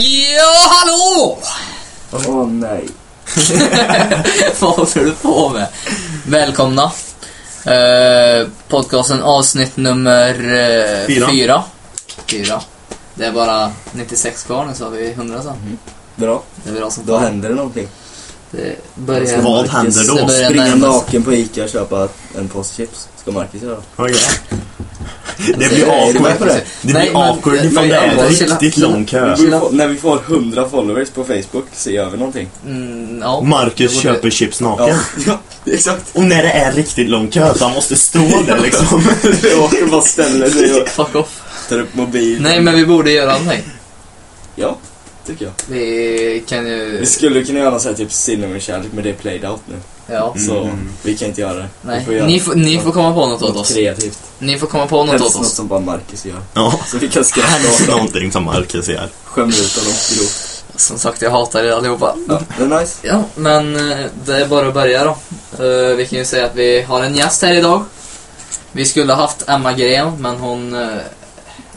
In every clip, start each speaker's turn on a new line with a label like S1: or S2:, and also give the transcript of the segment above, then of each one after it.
S1: Ja, hallå!
S2: Åh nej.
S1: Vad håller du på med? Välkomna. Eh, podcasten avsnitt nummer eh,
S3: Fyra.
S1: fyra. Fyra. Det är bara 96 kvar nu så har vi 100 sen.
S2: Bra,
S1: Det är bra som
S2: då
S1: fan.
S2: händer det någonting.
S1: Det börjar...
S3: Vad händer då?
S1: Det börjar
S2: Springa
S1: närma sig.
S2: naken på Ica och köpa en påse chips. Ska Marcus göra.
S3: Okej. Det blir
S2: Är du med
S3: awkward.
S2: på det?
S3: Det
S1: Nej,
S3: blir
S1: men-
S3: awkward ifall
S1: men-
S3: det är en
S1: men-
S3: riktigt
S1: men-
S3: lång kö.
S2: Vi borde få, när vi får 100 followers på Facebook så gör vi någonting.
S1: Mm, ja.
S3: Marcus
S1: Det borde-
S3: köper chips naken.
S2: ja exakt.
S3: Och när det är riktigt lång kö så han måste stå där liksom.
S2: Du åker bara ställer dig och
S1: Fuck off.
S2: tar upp mobil.
S1: Nej, men vi borde göra någonting.
S2: Ja, tycker jag.
S1: Vi kan ju...
S2: Vi skulle kunna göra något sånt här typ Cinnamon Challenge men det är played out nu.
S1: Ja.
S2: Så
S3: Mm.
S2: vi kan inte göra det. Vi
S1: Nej.
S2: får göra
S1: Ni, får- ni får komma på något åt
S2: något
S1: oss.
S2: kreativt.
S1: Ni får komma på något
S2: Helst
S1: åt
S2: något
S1: oss.
S2: som bara Marcus gör.
S3: Ja.
S2: Så vi kan skratta åt
S3: Helst
S2: honom.
S3: någonting som Marcus gör.
S2: Skämma ut honom grovt.
S1: Som sagt, jag hatar er allihopa.
S2: Ja, det är nice.
S1: Ja, men eh, det är bara att börja då. Eh, vi kan ju säga att vi har en gäst här idag. Vi skulle ha haft Emma Gren, men hon... eh,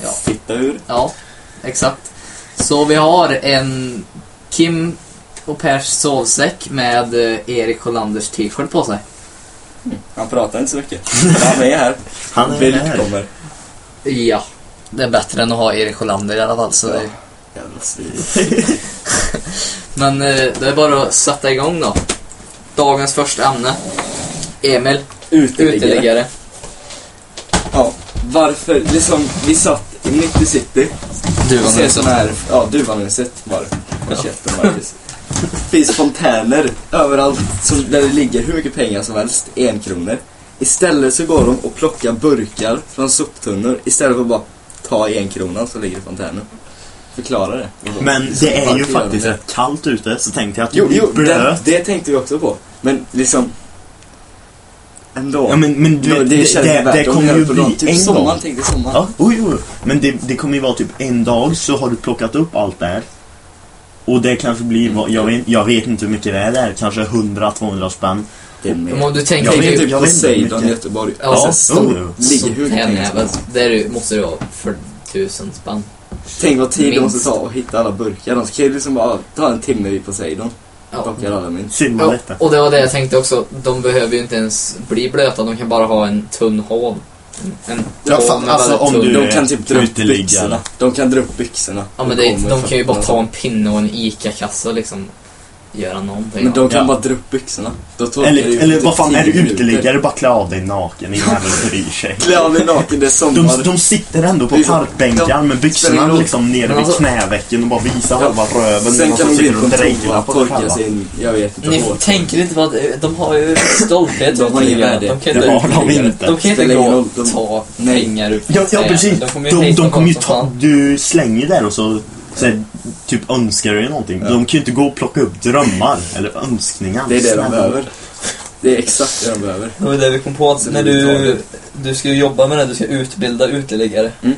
S1: Ja.
S2: Fitta ur.
S1: ja, exakt. Så vi har en Kim och Pers sovsäck med eh, Erik Hollanders t-shirt på sig.
S2: Han pratar inte så mycket. Men han är här.
S3: Han är här.
S2: Välkommen.
S1: Ja, det är bättre än att ha Erik Hollander i alla fall. Så det...
S2: Jävla svin.
S1: Men eh, det är bara att sätta igång då. Dagens första ämne. Emil,
S2: Uteliggare.
S1: uteliggare.
S2: Ja. Varför? Det är som, vi satt mitt i city.
S1: Du
S2: Vi
S1: var
S2: ser
S1: nu så.
S2: sån här, ja duvanhuset var det. Håll käften Marcus. Det finns fontäner överallt som, där det ligger hur mycket pengar som helst, en kronor. Istället så går de och plockar burkar från soptunnor istället för att bara ta en krona som ligger i fontänen. Förklara det.
S3: Men det är ju
S2: Varför gör de
S3: faktiskt
S2: det?
S3: rätt kallt ute så tänkte jag att
S2: Jo,
S3: du
S2: jo,
S3: blir
S2: det,
S3: blöt.
S2: det tänkte vi också på. Men liksom... Ändå.
S3: Ja men, men du
S2: det,
S3: vet,
S2: det,
S3: det,
S2: känns
S3: det,
S2: värt
S3: det
S2: att
S3: kommer
S2: göra
S3: ju
S2: på dagen.
S3: bli
S2: typ
S3: en
S2: sommaren,
S3: gång.
S2: tänkte sommaren.
S3: Ja, jo, jo. Men det, det kommer ju vara typ en dag så har du plockat upp allt där. Och det kanske blir, vad- jag vet, jag vet inte hur mycket det är där, kanske 100-200 spänn.
S2: Det är mer.
S1: Men om du
S2: Jag
S1: tänker
S3: Jag
S2: vet
S3: vet
S1: ju...
S2: inte,
S3: inte
S2: jag Poseidon i
S3: mycket.
S2: Göteborg.
S1: Ja,
S2: Alltså, stor,
S3: jo, jo.
S2: ligger hur mycket pengar som
S1: Tändnäven,
S2: helst.
S1: där du måste det vara för tusen spänn.
S2: Tänk vad tid det måste
S1: Minst.
S2: ta att hitta alla burkar. De kan ju liksom bara ta en timme vid Poseidon.
S1: Ja.
S2: Plockar alla mynt.
S3: Simma
S1: Ja,
S3: lite.
S1: och det var det jag tänkte också. De behöver ju inte ens bli blöta, de kan bara ha en tunn håv. En
S3: Ja, fan,
S1: håv med
S3: alltså,
S1: väldigt
S3: om
S1: tunn-
S3: du-
S2: De kan typ dra upp
S3: uteliggare.
S2: byxorna. De kan dra upp byxorna.
S1: Ja, men
S2: De
S1: det,
S2: kommer
S1: de kan ju bara
S2: fötterna.
S1: ta en pinne och en ICA-kasse och liksom göra någonting.
S2: Men de kan
S3: Ja.
S2: bara dra upp byxorna. Då torkar det
S3: Eller,
S2: ut
S3: eller
S2: typ
S3: vad fan,
S2: tio
S3: är du
S2: minuter.
S3: uteliggare, bara klä av dig naken, ingen jävel bryr sig.
S2: Klä av dig naken, det är sommar.
S3: De, de sitter ändå på
S2: Det är så-
S3: parkbänkar
S2: Ja,
S3: med
S2: spelar ingen
S3: byxorna
S2: roll.
S3: liksom nere
S1: Men
S3: vid
S1: alltså-
S3: knävecken och bara visar halva röven.
S2: Alltså, Sen
S3: och så
S2: kan de gå
S3: sitter
S2: in på
S3: och
S2: en
S3: dreglar
S2: toa,
S3: på
S2: torka
S3: själva.
S2: sin, jag vet inte,
S1: Ni
S2: hår.
S1: tänker inte vad de har ju stolthet
S2: De har ingen
S1: uteliggare.
S2: värde.
S1: De kan
S3: Det
S1: inte,
S3: har de
S1: de
S3: inte.
S1: kan inte
S2: Spelar ingen
S1: gå
S2: roll,
S1: och
S2: de-
S1: ta
S2: Nej.
S1: pengar ur
S3: Ja, ja
S1: knäna.
S3: precis.
S1: kommer
S3: De,
S1: hejta
S3: de kommer ju
S1: folk som
S3: ta,
S1: fan.
S3: du slänger där och så, så här, typ önskar du dig någonting. De kan ju inte gå och plocka upp drömmar eller önskningar.
S2: Det är det de
S3: Snälla.
S2: behöver. Det är exakt det de behöver.
S1: Det var ju det vi kom på att när du, du ska ju jobba med det, du ska utbilda uteliggare.
S2: Mm.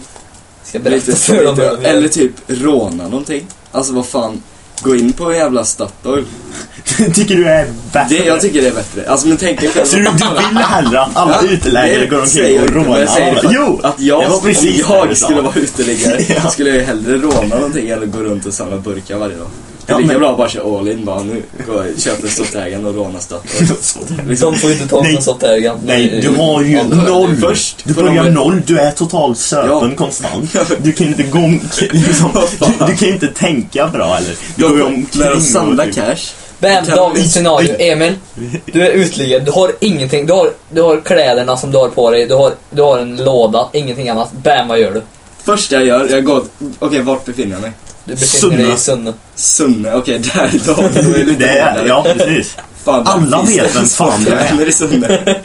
S1: Ska berätta
S2: Lite
S1: för dem hur de
S2: Eller
S1: gör.
S2: typ råna någonting. Alltså vad fan. Gå in på en jävla Statoil.
S3: tycker du är bättre?
S2: Det, jag tycker det är bättre. Alltså men tänk dig själv.
S3: Så du, du vill hellre att alla
S2: Ja,
S3: utelägare
S2: det
S3: går
S2: säger
S3: omkring
S2: jag
S3: och
S2: inte, men jag
S3: rånar
S2: säger
S3: alla?
S2: bara
S3: Jo!
S2: Att jag,
S3: det var precis
S2: om
S3: det du
S2: jag
S3: sa.
S2: skulle vara uteliggare
S3: Ja.
S2: skulle jag ju hellre råna någonting eller gå runt och samla burkar varje dag. Det är
S3: Ja,
S2: lika
S3: men-
S2: bra att bara köra all in bara nu. Gå, köp en Statoil och råna Statoil.
S3: Så.
S2: Liksom,
S1: De får ju inte ta
S3: Nej.
S1: någon sånt där gamla-
S3: Nej, du har ju
S1: Ja,
S3: noll.
S2: först
S3: du
S2: får de
S3: börjar
S2: väl-
S3: noll, du är totalt söpen
S2: Ja.
S3: konstant. Du kan inte gå omkring, liksom, du, du kan inte tänka bra eller. Du går ju omkring
S2: När de samlar
S3: typ-
S2: cash.
S1: Bam,
S2: Kan-
S1: dagens scenario.
S3: Oj.
S1: Emil, du är uteliggare, du har ingenting. Du har, du har kläderna som du har på dig, du har, du har en låda, ingenting annat. Bam, vad gör du?
S2: Första jag gör, jag går... Okej, vart befinner jag mig?
S1: Du befinner dig i
S3: Sunne.
S1: Sunne.
S2: Sunne, okej där idag. Då är det inte
S3: Det är,
S2: vanligt.
S3: ja, precis.
S2: Fan, där
S3: Alla
S2: finns
S3: vet
S2: det
S3: vem
S2: så
S3: fan det är.
S2: jävla i Sunne.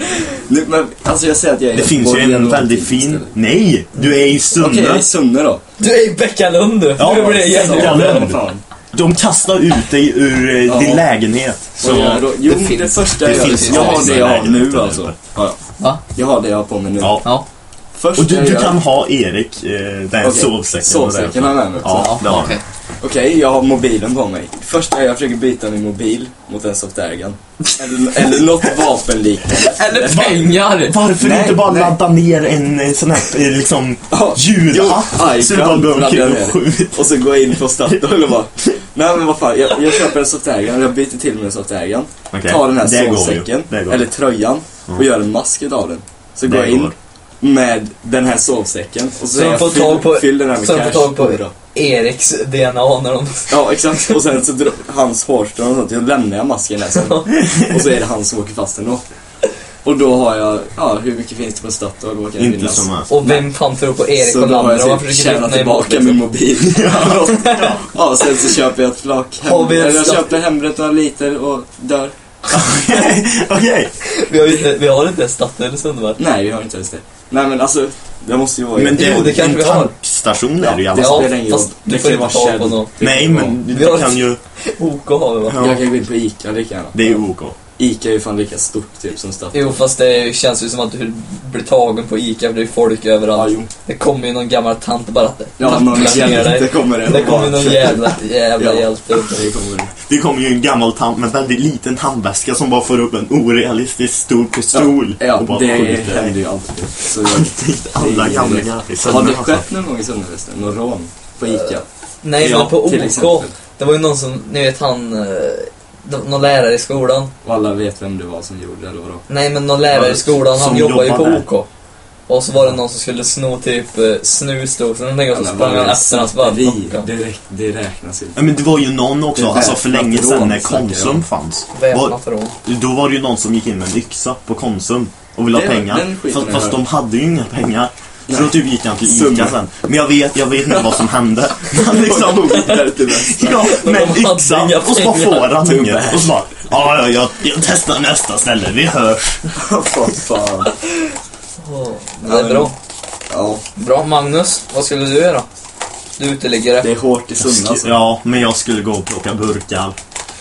S2: Nu, men, alltså jag säger att jag är
S3: Det finns ju
S2: göteborgare
S3: en
S2: eller
S3: väldigt
S2: någonting
S3: fin...
S2: istället.
S3: Nej! Du är i
S2: Okej, jag är
S3: Sunne.
S2: i Sunne då.
S1: Du är i Bäckalund du!
S3: Ja,
S1: nu blir det
S3: säkert.
S1: jävla...
S3: Sunne.
S2: Vad fan.
S3: De kastar ut dig ur eh,
S2: Ja.
S3: din lägenhet.
S2: Så,
S3: Så...
S2: jag, då, jo,
S1: det
S2: det,
S1: finns-
S2: första
S3: det
S2: jag
S3: finns
S2: gör, jag har det jag har
S3: lägenheter
S2: nu
S3: där
S2: alltså.
S3: uppe.
S2: Ja,
S1: Va?
S2: jag har det jag har på mig nu.
S3: Ja.
S1: Ja.
S2: Först
S3: Och du,
S2: jag
S3: du
S2: gör-
S3: kan ha Erik, eh, den
S2: Okej,
S3: sovsäcken. och det.
S2: sovsäcken har jag med mig också.
S3: Ja, det har
S1: okej.
S2: Okej, Okej, jag har mobilen på mig. Först när jag försöker byta min mobil mot en soft airgun. Eller, eller något vapenliknande.
S1: Eller pengar!
S3: Varför
S2: Nej,
S3: inte bara
S2: nej.
S3: ladda ner en eh, sån här eh, liksom
S2: Ja,
S3: ljudapp?
S2: jo, aj,
S3: Så du bara går omkring
S2: laddar
S3: och
S2: Ah, ner.
S3: skjuter.
S2: Och så går jag in på Statoil och bara Nej men vad fan, jag, jag köper en soft airgun, jag byter till med en soft airgun.
S3: Okej,
S2: Tar den här
S3: det går ju.
S2: sovsäcken,
S3: Det går.
S2: eller tröjan och
S3: Mm.
S2: gör en mask utav den. Så går
S3: Det
S2: jag in
S3: går.
S2: med den här sovsäcken och så
S1: de
S2: säger
S1: får
S2: jag
S1: tag
S2: fyll,
S1: på-
S2: fyll den här med
S1: så de får
S2: cash.
S1: tag på-
S2: Oj då.
S1: Eriks DNA när de...
S2: Ja exakt, och sen så drar hans hårstrån och sånt, jag lämnar jag masken där sen. Och så är det han som åker fast ändå. Och då har jag, ja hur mycket finns det på Statoil? Vad kan det
S3: Inte
S2: finnas?
S3: som här.
S1: Och vem fan tror på Erik
S2: Så
S1: och
S2: då har
S1: Landra?
S2: jag
S1: Varför
S2: typ
S1: försöker
S2: tjänat
S1: vittna emot
S2: tillbaka min
S1: liksom?
S2: mobil. ja, sen så köper jag ett flak hem,
S1: Har vi en
S2: eller jag
S1: slapp-
S2: köper hembränt några liter och dör.
S3: Okej,
S1: Vi har ju inte, vi har inte ens Statoil i Sundsvall.
S2: Nej, vi har inte ens det. Nej men alltså, det måste ju vara...
S3: men
S1: Jo, det
S3: det,
S1: kanske
S3: en
S1: vi har.
S3: tankestation är det ju i alla
S2: Det
S3: fall.
S1: Ja,
S2: spelar ingen
S1: fast
S2: roll.
S1: du
S2: Det
S1: får
S2: kan
S1: inte
S2: vara
S1: tag på
S2: käll.
S1: någon.
S2: Det
S3: Nej,
S2: kan vara.
S3: men
S1: Vi har-
S3: du kan ju...
S1: OK har vi va?
S3: Ja,
S2: Jag kan gå in på Ica lika gärna.
S3: det är ju OK.
S2: Ica är ju fan lika stort typ som Statoil.
S1: Jo fast det känns ju som att du blir tagen på ICA för det är folk
S2: Ja,
S1: överallt.
S2: jo.
S1: Det kommer ju någon gammal tant och bara att
S2: Ja, någon
S1: tackla ner
S2: hjälte
S1: dig.
S2: kommer det.
S1: Det kommer ju någon jävla, jävla
S2: Ja.
S1: hjälte upp.
S2: Det kommer det.
S3: Det kommer ju en gammal tant med en väldigt liten handväska som bara får upp en orealistiskt stor pistol och
S2: Ja,
S3: bara
S2: det
S3: skjuter.
S2: händer ju alltid. Så jag...
S3: Alla
S2: det-
S3: gamla
S2: det-
S3: grabbar.
S2: Har det skett någon gång i Sundsvall? Någon rån? På Ica?
S1: Nej
S3: Ja,
S1: men på
S2: Till
S1: OK,
S2: exempel.
S1: det var ju någon som, ni vet han, eh, de- någon lärare i skolan.
S2: Och alla vet vem det var som gjorde det, eller vadå?
S1: Nej men någon lärare i
S3: Ja,
S1: skolan, han
S3: som
S1: jobbar ju på
S3: jobbar där.
S1: OK. Och så var det någon som skulle sno typ eh, snus då, så någonting och så
S2: Alla
S1: sprang han
S2: bara
S1: efter hans bara
S2: snatteri,
S1: plocka.
S2: det, räk- det räknas inte.
S3: Ja, men det var ju någon
S2: Det
S3: också,
S2: är
S3: alltså för
S2: väpnat
S3: länge
S2: rån,
S3: sedan när
S2: snackar jag om.
S3: Konsum fanns. Var,
S1: Väpnat rån.
S3: då var det ju någon som gick in med en yxa på Konsum och ville ha
S2: Det- den
S3: pengar.
S2: skiten
S3: Fast,
S2: har
S3: fast
S2: jag
S3: de hade ju inga pengar. Så
S2: Nej.
S3: då typ gick han till
S2: Summa.
S3: Ica sen. Men jag vet, jag vet inte vad som hände. Han liksom... Ja,
S1: Men
S3: med
S1: de
S3: en
S1: hade
S3: yxa.
S1: inga
S3: Och så bara
S1: pengar.
S3: får han
S2: Too
S3: inget.
S2: bad.
S3: Och så bara, ja, ja, jag, jag testar nästa ställe. Vi hörs.
S2: Vad fan.
S1: Åh, Det är
S2: men-
S1: bra.
S2: Ja,
S1: Bra, Magnus, vad skulle du göra? Du uteliggare.
S2: det är hårt i Sunne alltså.
S3: Ja, men jag skulle gå och plocka burkar.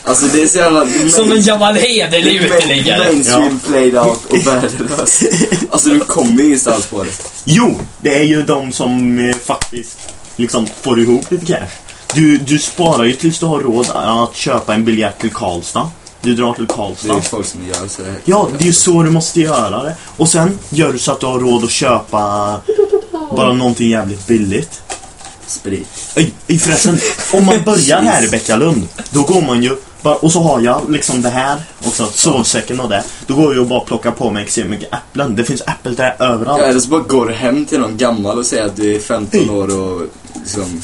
S2: Alltså det är så jävla...
S1: Som en gammal hederlig uteliggare!
S2: Mainstream played out och värdelös. Alltså du kommer ju ingenstans på det.
S3: Jo, det är ju de som eh, faktiskt liksom får ihop lite cash. Du, du sparar ju tills du har råd att köpa en biljett till Karlstad. Du drar till
S2: Det är ju
S3: Karlstad.
S2: folk som gör så här.
S3: Ja, det är ju så du måste göra det. Och sen gör du så att du har råd att köpa bara någonting jävligt billigt.
S2: Sprit.
S3: Ej, ej, förresten, om man börjar här i Bäckalund, då går man ju bara, och så har jag liksom det här också, sovsäcken och det. Då går jag och bara plockar på mig extremt mycket äpplen. Det finns äppelträd
S2: Ja,
S3: överallt.
S2: eller så bara går du hem till någon gammal och säger att du är 15 år och liksom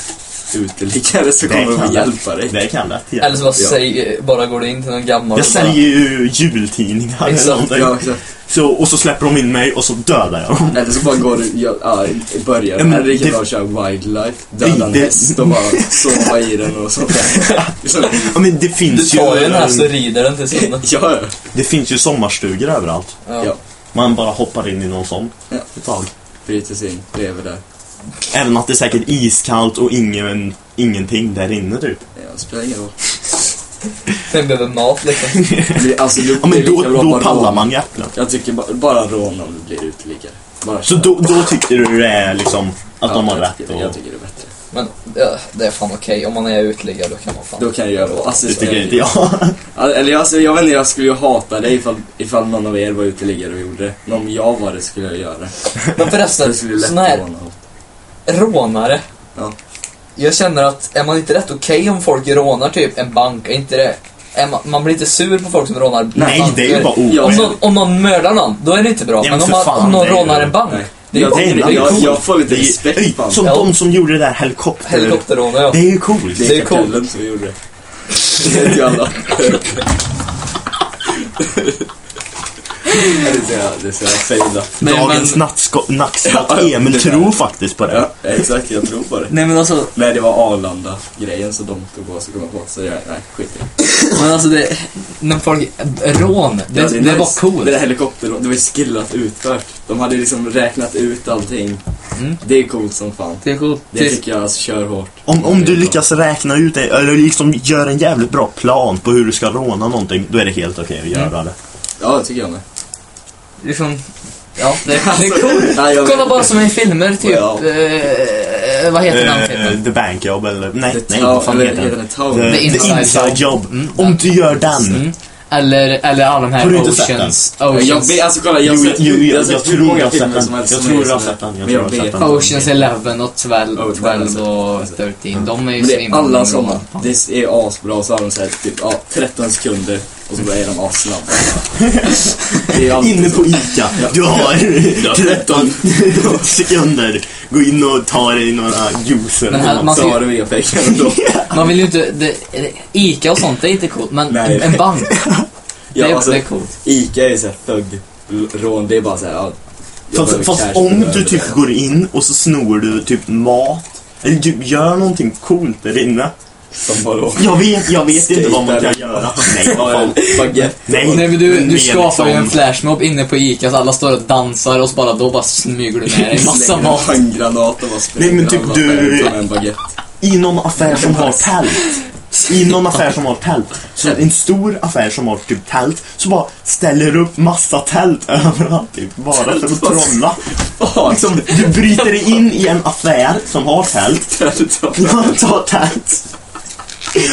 S2: uteliggare så kommer de
S3: kan
S2: att hjälpa dig.
S3: Det kan det.
S1: Eller så bara,
S2: Ja.
S1: säg, bara går du in till någon gammal
S3: Jag
S1: och bara-
S3: säljer ju jultidningar eller
S1: Exakt,
S3: någonting.
S2: Ja, exakt.
S3: Så, och så släpper de in mig och så dödar jag dem.
S2: Eller så bara går du, ja, ja i
S3: Ja,
S2: början,
S3: men
S2: här är det
S3: det-
S2: kan vara att köra wildlife, döda en
S3: Nej, det-
S2: häst och bara sova i den och sånt där. Så,
S3: Ja, men det
S1: Du
S3: finns
S1: tar alltså. ju
S3: ju...
S1: den här så rider den till Sunne.
S2: ja,
S3: Det finns ju sommarstugor överallt.
S1: Ja.
S2: ja.
S3: Man bara hoppar in i någon sån.
S2: Ja.
S3: Ett tag.
S2: Bryter sig in, lever där.
S3: Även att det är säkert iskallt och ingen, ingenting där inne typ.
S2: Ja, spelar ingen roll.
S1: Den behöver mat liksom.
S2: Det- Alltså, du,
S3: Ja,
S2: det
S3: men
S2: är
S3: då,
S2: lika bra
S3: då
S2: bara
S3: pallar
S2: rån.
S3: man ju äpplen.
S2: Jag tycker bara, bara rån om du blir uteliggare. Bara
S3: Så
S2: kör.
S3: då, då tycker du det är liksom att de har
S2: jag
S3: rätt
S2: tycker,
S3: och...
S2: Jag tycker det är bättre.
S1: Men ja, det är fan okej. Om man är uteliggare då kan man fan...
S2: Då kan jag göra vad alltså,
S3: Det
S2: så-
S3: tycker inte jag.
S2: Alltså, Eller jag, alltså, jag vet inte, jag skulle ju hata dig ifall, ifall någon av er var uteliggare och gjorde det. Men om jag var det skulle jag göra det.
S1: Men
S2: Det
S1: förresten,
S2: skulle ju lätt
S1: såna här
S2: vara något.
S1: rånare.
S2: Ja.
S1: Jag känner att, är man inte rätt okej om folk rånar typ en bank? Är inte det... Är man, man blir inte sur på folk som rånar
S3: Nej,
S1: banker.
S3: det är ju bara
S2: Ja,
S1: Om
S3: oskäligt.
S1: någon, om någon mördar någon, då är det inte bra.
S3: Nej,
S1: men
S3: men
S1: om,
S3: för
S1: man,
S3: fan,
S1: om någon
S3: det är ju-
S1: rånar en bank,
S2: Nej.
S1: det är ju
S2: Jag
S1: det är
S2: tänker-
S1: ju
S2: jag-
S1: coolt.
S2: jag får lite
S3: Det är ju-
S2: respekt,
S3: Ey,
S2: fan.
S3: Som
S1: Ja.
S3: de som gjorde det där helikopter...
S1: Helikopterrån, ja.
S3: Det är ju coolt.
S2: Det är
S1: Det är coolt.
S2: Kakallen som gjorde det. Det vet ju alla. Det är så- Det är så jag fejda.
S1: Nej,
S3: Dagens
S1: men-
S3: nattsko- nackskatt
S2: Ja, ja,
S3: Emil
S2: det där.
S3: tror faktiskt på det.
S2: Ja, exakt. Jag tror på det.
S1: Nej men alltså,
S2: Nej, det var Arlanda-grejen så de tog på sig komma på. Så jag, nej, skit i det.
S1: men alltså det, när folk, rån, det,
S2: Ja,
S1: det,
S2: är nice.
S1: var coolt.
S2: Det där helikoptern, det var ju skillat utfört. De hade liksom räknat ut allting.
S1: Mm.
S2: Det är coolt som fan.
S1: Det är coolt.
S2: Det tycker jag, alltså kör hårt.
S3: Om, om du lyckas räkna ut det, eller liksom gör en jävligt bra plan på hur du
S1: Mm.
S3: ska råna någonting, då är det helt okej att göra det.
S2: Ja, det tycker jag med.
S1: liksom, Ja, det är det är coolt.
S2: Nej, jag vet
S1: Kolla
S2: inte.
S1: bara som i filmer, typ.
S2: Ja.
S1: Eh, vad heter den filmen?
S3: Eh, The Bank Job eller... Nej,
S2: The
S3: nej,
S2: Town-
S3: vad fan
S2: eller-
S3: heter den?
S2: The Town.
S3: The,
S1: The
S3: the
S1: Inside
S3: Inside,
S1: Job.
S3: Job.
S1: Mm.
S3: Om du gör den.
S1: Mm. Eller, eller alla de här
S3: Har du inte sett
S1: Oceans.
S2: Men Jag
S1: Oceans,
S2: vet, alltså kolla, jag
S3: Jo,
S2: har sett
S3: jo,
S2: hur-
S3: jag-
S2: har sett
S3: jag
S2: hur
S3: tror
S2: många
S3: jag har sett
S2: filmer
S3: den.
S2: som helst
S3: Jag
S2: som
S3: tror
S2: är
S3: jag har
S2: såna.
S3: sett den. Jag
S2: Men
S3: tror jag har
S2: vet
S3: sett
S2: inte.
S3: den.
S1: Oceans 11 och 12,
S2: Oh,
S1: 12 och 13. De är ju
S2: Det är
S1: svinbra.
S2: alla såna. Det är asbra och så har de såhär typ ja, 13 sekunder och så är de assnabba. Det är alltid
S3: Inne
S2: så.
S3: på ICA. Du har 13 sekunder. Gå in och ta dig några juicer.
S1: Men här- man
S2: Så har du inga pengar ändå.
S1: Man vill ju inte... Det, Ica och sånt, det är inte coolt. Men
S2: Nej.
S1: en bank, det,
S2: Ja, alltså,
S1: det är coolt.
S2: Ica är ju såhär thug, rån, det är bara såhär... Ja, jag
S3: Fast,
S2: behöver
S3: fast
S2: cash, jag
S3: om
S2: behöver
S3: du typ
S2: det.
S3: går in och så snor du typ mat. Eller typ gör någonting coolt där inne.
S2: Som vadå?
S3: Jag vet, jag vet inte vad man kan
S2: Skejtare.
S3: göra. Nej, vad
S2: Ja,
S3: fan.
S2: en baguette.
S3: Nej,
S1: Nej, men du,
S3: mer
S1: du skapar ju en
S3: liksom-
S1: flashmob inne på Ica så alla står och dansar och så bara då bara smyger du med dig massa
S2: Slänger en
S1: mat.
S2: Handgranat och bara spränger
S3: Nej, men typ
S2: alla
S3: du-
S2: pengar som en baguette.
S3: I någon affär som har tält. I någon affär som har tält. Så en stor affär som har typ tält. Så bara ställer upp massa tält överallt. Typ, bara för att trolla.
S2: Fan,
S3: Liksom, du bryter dig in i en affär som har tält.
S2: tält av-
S3: Jag tar tält.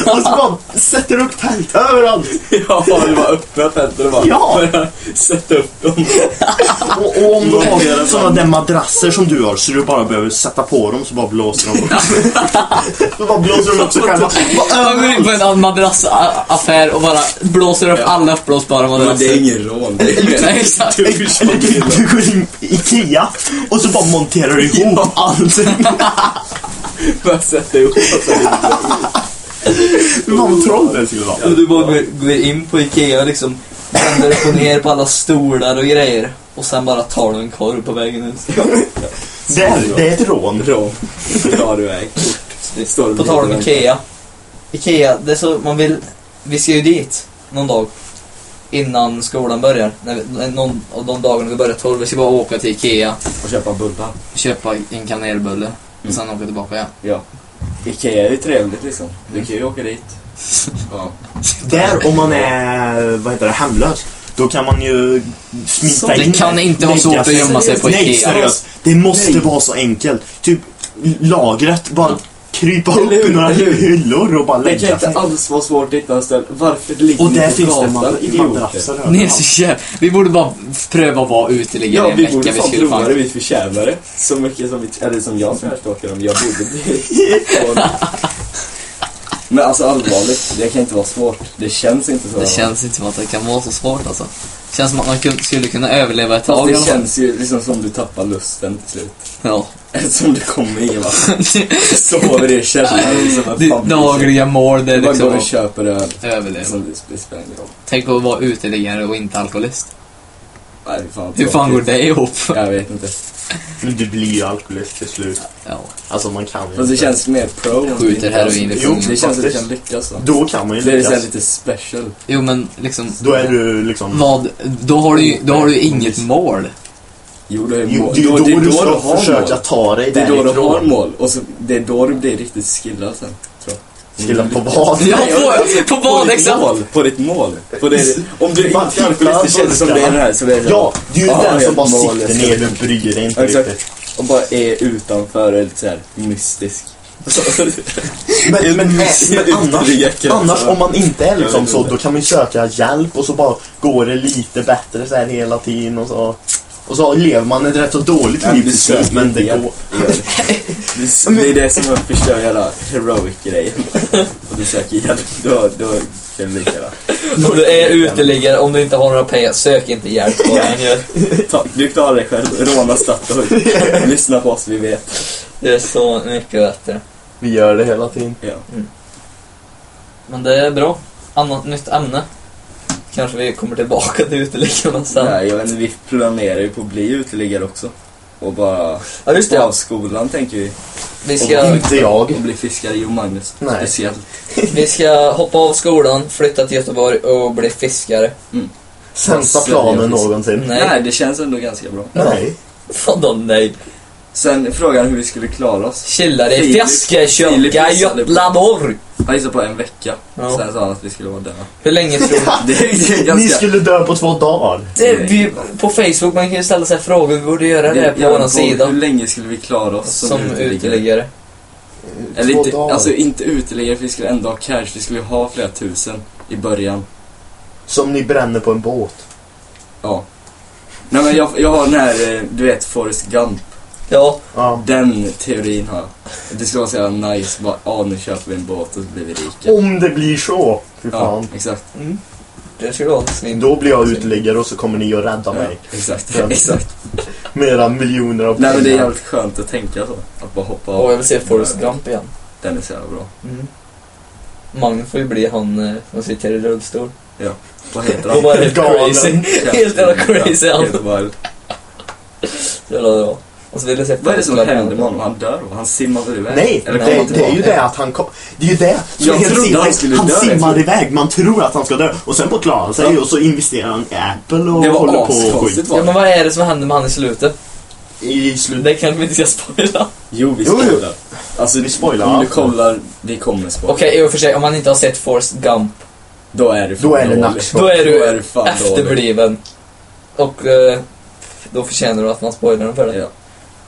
S3: Och så bara sätter upp tält överallt.
S2: Ja, det var öppna fälten och bara
S3: Ja.
S2: börja sätta upp dem.
S3: Och, och om du har sådana där madrasser som du har så du bara behöver sätta på dem så bara blåser de upp. så bara blåser de upp sig själva. Bara
S1: Man går in på
S3: överallt.
S1: en annan madrassaffär och bara blåser upp alla uppblåsbara
S2: Men det är
S1: madrasser.
S2: ingen rån, det är
S1: Nej, exakt.
S3: Eller du, du går in på Ikea och så bara monterar du ihop allting.
S2: bara sätta ihop massa
S3: Vad en troll det skulle vara.
S1: Du bara går- går in på Ikea och liksom vänder upp och ner på alla stolar och grejer. Och sen bara tar du en korv på vägen ut.
S3: Det, det är ett rån.
S2: rån. Drar iväg fort. Det står
S1: På tal om Ikea. Ikea, det är så man vill... Vi ska ju dit någon dag. Innan skolan börjar. När vi- när Någon av de dagarna vi börjar 12. Vi ska bara åka till Ikea.
S2: Och köpa en bulla.
S1: Köpa en kanelbulle. Och
S2: Mm.
S1: sen åka tillbaka igen.
S2: Ja. Ikea är ju trevligt liksom. Du kan ju åka dit. Ja.
S3: Där om man är, vad heter det, hemlös. Då kan man ju
S2: Så
S3: smita
S1: Det
S3: in.
S1: kan inte vara
S2: alltså,
S1: svårt att gömma sig på
S3: Nej,
S1: Ikea.
S3: seriöst. Det måste
S2: Nej.
S3: vara så enkelt. Typ lagret, bara krypa upp
S2: Eller hur?
S3: i några
S2: Eller hur?
S3: hyllor och bara
S2: Det kan
S3: lägga
S2: inte
S3: sig.
S2: alls vara svårt att hitta en ställe. Varför ligger
S3: Och
S2: ni
S3: där
S2: på
S3: finns det
S2: gatan,
S3: mad-
S2: idioter?
S1: Ni
S3: madrasser
S1: är
S2: alltså.
S3: överallt.
S1: så jävla... Vi borde bara pröva att vara uteliggare
S2: Ja,
S1: i en
S2: vi
S1: vecka.
S2: borde
S1: Vi
S2: fan
S1: skulle
S2: prova det.
S1: fan...
S2: Vi förtjänar det. Så mycket som, vi, eller som jag förespråkar om jag borde bli. Men alltså allvarligt, det kan inte vara svårt. Det känns inte så.
S1: Det känns inte som att det kan vara så svårt alltså. Det känns som att man kun- skulle kunna överleva ett
S2: Fast
S1: tag. i alla
S2: det
S1: fall.
S2: känns ju liksom som du tappar lusten till slut.
S1: Ja.
S2: Eftersom du kommer ingen vart. Sover i källaren som en
S1: Ditt
S2: familj.
S1: dagliga mål, det är
S2: Du bara
S1: liksom
S2: går och
S1: att
S2: köper öl.
S1: överleva.
S2: Som det sp- spelar ingen roll.
S1: Tänk på att vara uteliggare och inte alkoholist.
S2: Nej, fy fan.
S1: Hur fan går det ihop?
S2: Jag vet inte.
S3: Men Du blir ju alkoholist till slut.
S1: Ja.
S3: Alltså man kan ju
S2: Fast det
S3: inte.
S2: känns mer pro. om du
S1: Skjuter
S2: inte-
S1: heroin i
S2: Jo,
S1: pungen.
S2: det känns att du
S3: Faktiskt.
S2: kan lyckas. va?
S3: Då kan man ju
S2: Det är så här
S3: lyckas.
S2: lite special.
S1: Jo men liksom...
S3: Då är du liksom...
S1: Vad, då har du ju, då har du ju inget mål.
S2: Jo, det är
S3: Jo,
S2: mål.
S3: det är ju
S2: det
S3: då
S2: är
S3: du
S2: då
S3: ska
S2: har
S3: försöka
S2: mål.
S3: ta dig
S2: Det är då du har
S3: därifrån.
S2: mål. Och så, det är då du blir riktigt skillad sen, tror jag.
S3: Skillad på vad?
S1: Ja, på, på vad
S2: ditt
S1: exakt?
S2: mål, på ditt mål. På det, om du inte
S3: Man
S2: är alkoholist, det känns som det är den här. Så det är så här,
S3: Ja, du är ju
S2: "Ah,
S3: den
S2: jag
S3: som bara
S2: har mål, jag
S3: sitter
S2: ska
S3: ner, du bryr dig inte
S2: Ja, exakt.
S3: riktigt.
S2: Och bara är utanför och är lite såhär mystisk.
S3: Men, men,
S2: mysig
S3: men annars,
S2: uteliggare.
S3: annars om man inte är
S2: Jag
S3: liksom
S2: vet
S3: så,
S2: inte.
S3: då kan man ju söka hjälp och så bara går det lite bättre så här hela tiden och så. Och så lever man ett rätt så dåligt
S2: Ja,
S3: liv
S2: du
S3: till slut,
S2: söker
S3: men det
S2: hjälp.
S3: går.
S2: Det, det är det som har förstör hela heroic-grejen. Och du söker hjälp, då, då kan du lika bra.
S1: Om du är uteliggare, om du inte har några pengar, sök inte hjälp. vad än gör.
S2: Ta- Du klarar dig själv, råna Statoil. Lyssna på oss, vi vet.
S1: Det är så mycket bättre.
S3: Vi gör det hela tiden.
S2: Ja.
S1: Men det är bra. Annat nytt ämne. Kanske vi kommer tillbaka till uteliggarna sen.
S2: Nej, jag vet inte, vi planerar ju på att bli uteliggare också. Och bara...
S1: Ja, just det.
S2: Av
S1: ja.
S2: skolan tänker vi.
S1: Vi
S3: Och
S1: ska,
S3: inte jag.
S2: Och bli fiskare, jo Magnus.
S3: Nej.
S2: Speciellt.
S1: vi ska hoppa av skolan, flytta till Göteborg och bli fiskare.
S3: Sämsta
S2: Sverige
S3: planen
S2: finns.
S3: någonsin.
S1: Nej.
S2: Alltså, Nej. det känns ändå ganska bra.
S3: Nej.
S1: Vadå nej?
S2: Sen är frågan hur vi skulle klara oss.
S1: Chilla dig.
S2: Filip-
S1: Fiske,
S2: Filip
S1: köka,
S2: pissade på-
S1: Götlaborg!
S2: Han gissade på en vecka.
S1: Ja.
S2: Sen sa han att vi skulle vara döda.
S1: Hur länge tror du?
S2: Det är
S3: Ni
S2: ganska...
S3: skulle dö på två dagar.
S1: Det, är vi, på Facebook man kan ju ställa sig frågor, vi borde göra det, på
S2: jag
S1: våran
S2: vet inte Hur
S1: sida.
S2: länge skulle vi klara oss som,
S1: Som uteliggare.
S2: Eller
S3: två
S2: inte,
S3: dagar.
S2: alltså inte uteliggare för vi skulle ändå ha cash. Vi skulle ju ha flera tusen i början.
S3: Som ni bränner på en båt.
S2: Ja. Nej men jag, jag har den här, eh, du vet Forrest Gump.
S1: Ja,
S3: Ja.
S2: Den teorin har jag. Det skulle vara så jävla nice. Bara, ja nu köper vi en båt och så blir vi rika.
S3: Om det blir så. Fy
S2: Ja,
S3: fan.
S2: exakt.
S1: mm. det skulle vara snyggt.
S3: Då blir jag uteliggare och så kommer ni att rädda
S2: Ja,
S3: mig.
S2: exakt.
S3: Ja.
S2: exakt.
S3: Med era miljoner av
S2: Nej men det är
S3: pengar.
S2: jävligt skönt att tänka så. Att bara hoppa
S1: Och
S2: av.
S1: jag vill se Forrest Gump igen.
S2: Den är så jävla bra.
S1: Mm. Magnus får ju bli han eh, som sitter i rullstol.
S2: Vad heter
S1: Och
S2: han?
S1: bara helt
S3: Galen.
S1: crazy. Helt jävla crazy han. Jävla bra. Och så vill jag se
S2: Vad är det som
S1: Forrest Gump
S2: händer med
S1: igen.
S2: honom? Han dör va? Han simmar väl iväg?
S3: Nej,
S2: Eller
S3: det,
S2: kommer han
S3: det är ju
S2: tillbaka?
S3: det att han kom, Det är ju det som
S2: Jag
S3: är helt
S2: trodde
S3: sinnessjukt.
S2: han skulle
S3: Han
S2: dö,
S3: simmar
S2: jag
S3: iväg, man tror att han ska dö. Och sen på klarar han sig
S2: Ja.
S3: och så investerar han i Apple och
S2: Det var
S3: håller på och skit.
S2: askonstigt
S1: Ja
S2: var
S1: men
S2: det.
S1: vad är det som händer med han i slutet?
S3: I
S2: Mm.
S3: slutet.
S1: Det kanske vi inte ska spoila.
S2: Jo, vi
S3: Jo, jo.
S2: spoilar. Alltså,
S3: Vi spoilar
S2: Om du
S3: allt.
S2: kollar, vi kommer spoila.
S1: Okej, i och för sig om man inte har sett Forrest Gump,
S2: Då är du fan
S3: Då är det
S2: dålig.
S3: nacksport.
S1: då är
S2: Då är
S1: du
S2: du fan dålig.
S1: efterbliven. Och eh, då förtjänar du att man spoilar den för dig.
S2: Ja.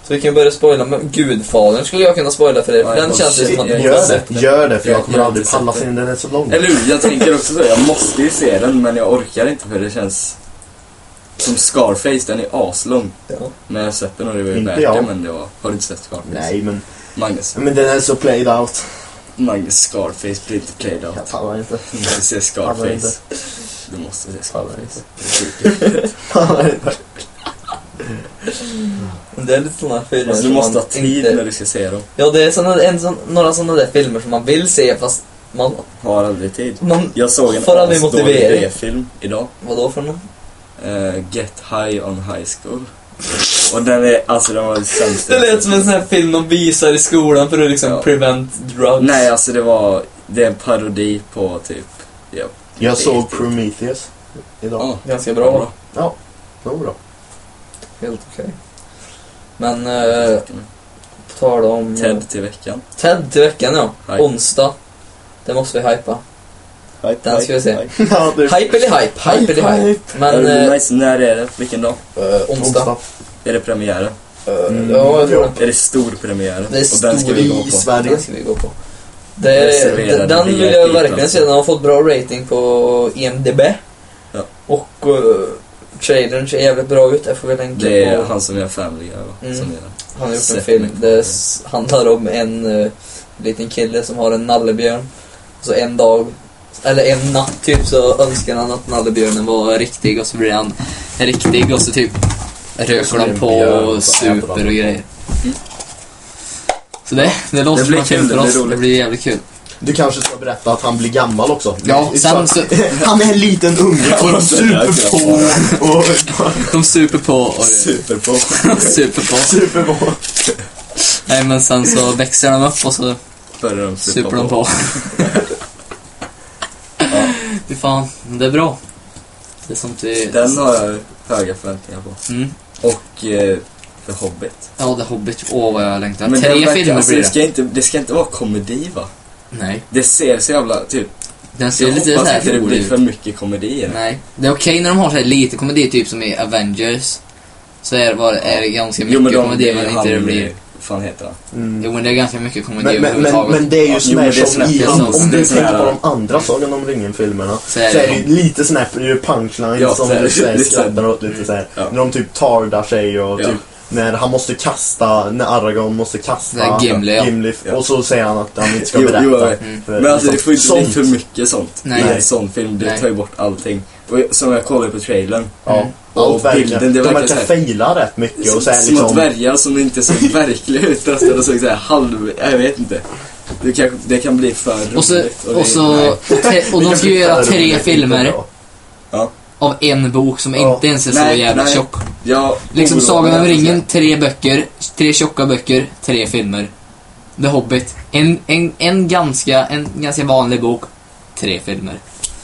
S1: Så vi kan börja spoila med Gudfadern skulle jag kunna spoila för dig, för
S2: Ja,
S1: den
S2: jag
S1: känns ju
S2: måste-
S1: som att
S2: jag-
S1: man
S2: jag-
S1: har
S3: Gör
S1: sett
S3: det, gör det för
S2: Jag-
S3: jag kommer
S2: jag har
S3: aldrig
S2: inte sett
S3: palla
S2: det.
S3: sig in, den är så lång.
S2: Eller hur? Jag tänker också så, jag måste ju se den, men jag orkar inte för det känns... Som Scarface, den är aslång.
S1: Ja.
S2: Men jag har sett den och det var ju
S3: Inte
S2: värt det,
S3: jag.
S2: men det var... Har du inte sett Scarface?
S3: Nej men,
S2: Magnus.
S3: men den är så played out.
S2: Magnus, Scarface blir inte played out.
S3: Jag pallar inte.
S2: Du måste se
S3: Pallar inte.
S2: Scarface. Du måste se
S3: Pallar inte.
S2: Scarface.
S3: Pallar inte.
S1: Men Det är lite sådana filmer
S2: Alltså, du
S1: som
S2: måste
S1: man
S2: ha tid
S1: inte...
S2: när du ska se dem.
S1: Ja, det är såna, en, sån, några sådana där filmer som man vill se fast man...
S2: Har aldrig tid.
S1: man
S2: Jag såg en
S1: Får aldrig
S2: asdålig
S1: motivering.
S2: B-film idag.
S1: vadå för någon?
S2: Eh, Get High on High School. Och den är, alltså den var det sämsta.
S1: Det lät som en sån här film de visar i skolan för att liksom
S2: Ja.
S1: prevent drugs.
S2: Nej, alltså det var, det är en parodi på typ, ja.
S3: Jag såg Prometheus idag.
S2: Ja,
S1: Ganska bra.
S2: bra.
S3: Jodå.
S1: Helt okej. Men, eh, på tal om...
S2: Ted till veckan.
S1: Ted till veckan ja.
S2: Hype.
S1: Onsdag. Det måste vi hypa. Den ska vi se.
S2: hype.
S3: Ja, det-
S1: Hype eller hype? Hype eller hype? Men,
S2: är
S1: eh,
S2: det nice, när är det? Vilken dag?
S1: eh, onsdag.
S2: Är det premiären?
S1: Eh,
S3: Mm.
S1: Ja, jag tror det.
S2: Är det stor premiär?
S1: Det är
S2: Och den ska
S1: stor
S2: vi gå
S3: I
S2: på.
S1: Den
S3: Sverige.
S1: ska vi gå på. Det,
S2: Reserverade
S1: den vill jag
S2: VIP-platser.
S1: verkligen se. Den har fått bra rating på E IMDB.
S2: Ja.
S1: Och uh, trailern ser jävligt bra ut. Jag får väl länka
S2: Det är
S1: på...
S2: han som gör Family Guy va?
S1: Mm.
S2: Som är den.
S1: Han har gjort en
S2: Sätt
S1: film.
S2: mig på
S1: Det
S2: det.
S1: s- handlar om en eh, liten kille som har en nallebjörn. Så en dag, eller en natt typ, så önskar han att nallebjörnen var riktig och så blir han riktig och så typ
S3: så
S1: röker
S3: blir
S1: de
S3: det
S1: på
S3: en björn
S1: och
S3: och så äter de.
S1: super och grejer. Så det, det låter
S2: Det
S1: som
S2: blir
S1: en film
S2: kul,
S1: för
S2: det blir
S1: oss. Det
S2: roligt.
S1: blir jävligt kul.
S3: Du kanske ska berätta att han blir gammal också.
S1: Ja,
S3: Så
S1: sen
S3: att-
S1: så,
S3: Han är en liten unge och de super på och
S1: de super på och
S2: Superpå.
S1: super på.
S3: super på.
S1: Nej men sen så växer de upp och så
S2: Börjar de
S1: super de på.
S2: Ja.
S1: Fy fan, det är bra. Det är sånt vi...
S2: Den har jag höga förväntningar på.
S1: Mm.
S2: Och eh, The Hobbit.
S1: Ja, The Hobbit. Åh, vad jag längtar.
S2: Men den
S1: Tre
S2: verkar-
S1: filmer
S2: alltså,
S1: blir
S2: det.
S1: det.
S2: Ska inte, det ska inte vara komedi va?
S1: Nej.
S2: Det ser så jävla, typ,
S1: Den ser
S2: jag
S1: lite så
S2: hoppas
S1: här
S2: inte det
S1: rolig
S2: blir
S1: ut.
S2: för mycket komedi i den.
S1: Nej. Det är okej när de har så här lite komedi, typ som i Avengers. Så är det, bara, är det ganska mycket
S2: Jo men de,
S1: komedi,
S2: det är
S1: men
S2: han,
S1: inte det blir...
S2: vad fan heter han?
S3: Eh,
S1: Jo, men det är ganska mycket komedi
S3: Mm. Men, men, men,
S1: överhuvudtaget.
S3: men det är ju
S2: Jo, men det
S3: Snap som i,
S2: snappar
S3: om,
S1: jag så.
S3: om
S2: Det
S3: du
S2: är så
S3: tänker
S2: här-
S3: på de andra Sagan om ringen-filmerna så
S1: Så är
S3: är
S1: det
S3: det ju lite Snap, det är ju punchlines
S2: Ja,
S3: som
S2: så är
S3: du
S2: det.
S3: säger
S2: Det är så här-
S3: skrattar åt lite så här.
S2: Ja.
S3: När de typ tardar sig och
S2: Ja.
S3: typ när han måste kasta, när Aragorn måste kasta
S1: Det är Gimli, ja.
S2: Ja.
S3: och så säger han att han inte ska
S2: Jo,
S3: berätta.
S2: jo, jag vet.
S1: Mm.
S3: För liksom
S2: Men alltså det får inte bli
S3: sånt.
S2: för mycket sånt.
S1: Nej.
S2: I en sån film, det
S1: Nej.
S2: tar ju bort allting. Och jag- som jag kollade på trailern.
S3: Ja,
S1: Mm.
S3: allt
S2: Och
S3: verkar,
S2: bilden, det
S3: de
S2: verkar
S3: verkar
S2: så här-
S3: fejla rätt mycket och så här
S2: som att
S3: liksom...
S2: dvärgar som inte ser verkliga ut nästan. Och så, så här, halv, jag vet inte. Det kan, det kan bli för roligt.
S1: Och så,
S2: det-
S1: och, så,
S2: nej.
S1: och, te, och de ska ju göra tre filmer
S2: Ja.
S1: av en bok som
S3: Ja.
S1: inte ens är så
S2: Nej,
S1: jävla
S2: nej.
S1: tjock.
S2: Jag
S1: Liksom
S2: oroar
S1: Sagan om
S2: mig. alltså.
S1: ringen, tre böcker, tre tjocka böcker, tre filmer. The Hobbit, en, en, en, ganska, en ganska vanlig bok, tre filmer.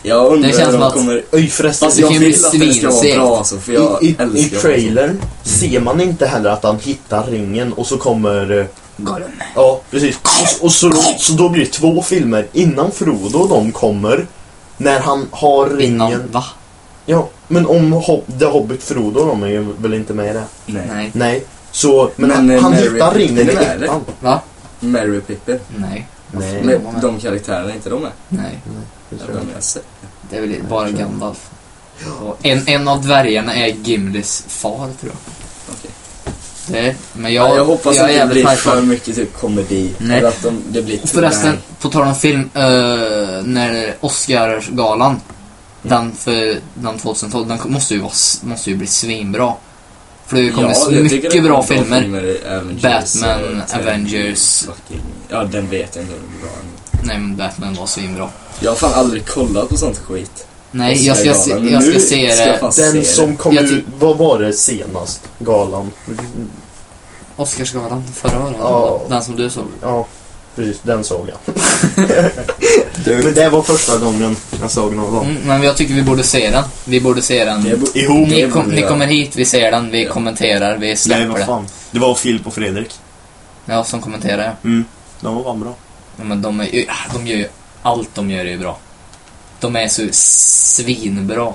S2: Jag undrar
S1: Det känns
S2: om
S1: som
S2: de
S1: att-
S2: kommer...
S3: Öj förresten,
S2: Alltså
S1: Det
S2: jag
S1: kan bli
S2: vill att den ska vara
S1: svinsegt.
S2: bra alltså, för jag
S3: I, i, I
S2: älskar
S3: trailern ser man inte heller att han hittar ringen och så kommer eh,
S2: Gollum.
S3: Ja, precis. Och, och så, så då blir det två filmer innan Frodo och de kommer. När han har ringen.
S1: Innan, va?
S3: Ja, men om Hob The Hobbit Frodo och de är ju väl inte med i det?
S2: Nej.
S1: Nej.
S3: Nej. Så, men,
S2: Men, eh,
S3: han, han
S2: Mary
S3: hittar
S2: Pippin
S3: ringen i
S2: är med, eller?
S3: ettan.
S1: Va?
S2: Mary och Pippin.
S1: Nej.
S3: Nej.
S1: Nej.
S2: Men de karaktärerna, är inte de med?
S1: Nej.
S3: det
S2: Ja,
S3: tror jag
S2: de
S3: inte.
S2: jag sett.
S1: Det är väl
S3: Jag
S1: bara
S3: tror-
S1: Gandalf. Och En, en av dvärgarna är Gimlis far, tror jag.
S2: Okej.
S1: Det, men jag,
S2: Ja, jag hoppas
S1: jag
S2: att
S1: är
S2: det
S1: jävligt
S2: blir
S1: hypad.
S2: för mycket typ komedi.
S1: Nej.
S2: Eller att de, det blir
S1: Och förresten, på tal om film, eh, när
S2: Mm.
S1: Oscarsgalan, den för den 2012, den måste ju, vara, s- måste ju bli svinbra. För det kommer så mycket bra filmer. Batman, Avengers.
S2: eh, Fucking, ja, den vet jag inte om det blir bra.
S1: Nej, men Batman var svinbra.
S2: Jag har fan aldrig kollat på sånt skit.
S1: Nej, jag ska, se-
S2: Oscarsgalan, men
S1: jag ska
S2: nu
S1: se eh,
S2: ska jag
S1: det.
S2: fan se
S3: Den
S2: det.
S3: som kom
S1: Jag ty-
S3: ut, vad var det senast? Galan?
S1: Oscarsgalan förra året.
S3: Ja.
S1: Den som du såg.
S3: Ja, precis. Den såg jag. men det var första gången jag såg någon.
S1: Mm, men jag tycker vi borde se den. Vi borde se den.
S2: Det bo-
S3: Ihop.
S1: Ni,
S2: det
S1: kom,
S2: borde
S1: ni
S2: jag-
S1: kommer hit, vi ser den, vi
S2: Ja.
S1: kommenterar, vi
S3: Nej,
S1: släpper
S3: vad
S1: den.
S3: fan. Det var Filip och Fredrik.
S1: Ja, som kommenterar ja.
S3: Mm. De var fan bra.
S1: ja men de, är, ju- ah, de gör ju, allt de gör är ju bra. De är så svinbra.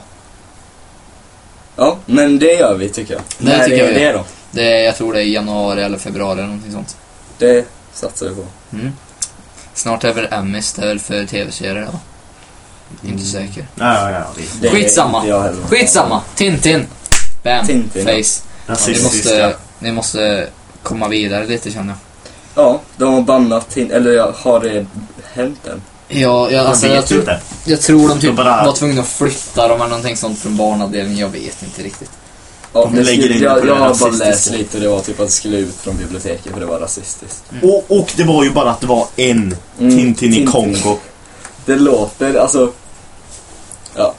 S2: Ja, men det gör vi tycker jag.
S1: Det
S2: När
S1: tycker
S2: är
S1: jag vi
S2: det då.
S1: Det är, jag tror det är januari eller februari eller någonting sånt.
S2: Det satsar vi på.
S1: Mm. Snart är väl Emmys, det är väl för tv-serier ja. Inte säker.
S3: Ja, ja, ja. det är
S2: Det är
S1: Skitsamma.
S2: inte jag heller.
S1: Skitsamma! Tintin! Bam!
S2: Tintin, ja.
S1: Face. Ni
S3: Rasistiskt.
S1: måste, ni måste komma vidare lite känner jag.
S2: Ja, de har bannat in, eller ja, har det hänt än?
S1: Ja, jag, alltså,
S3: jag
S1: jag,
S3: vet
S1: tror,
S3: inte.
S1: jag tror de typ
S3: De bara-
S1: var tvungna att flytta dem eller någonting sånt från barnavdelningen. Jag vet inte riktigt.
S2: Ja,
S3: De
S2: det
S3: lägger
S2: skulle-
S3: in det
S2: jag,
S3: på
S2: jag
S3: det
S2: har bara
S3: rasistiska.
S2: läst lite och det var typ att det skulle ut från biblioteket för det var rasistiskt.
S3: Och, och det var ju bara att det var en
S2: Mm,
S3: Tintin i
S2: Tintin.
S3: Kongo.
S2: Det låter, alltså... Ja.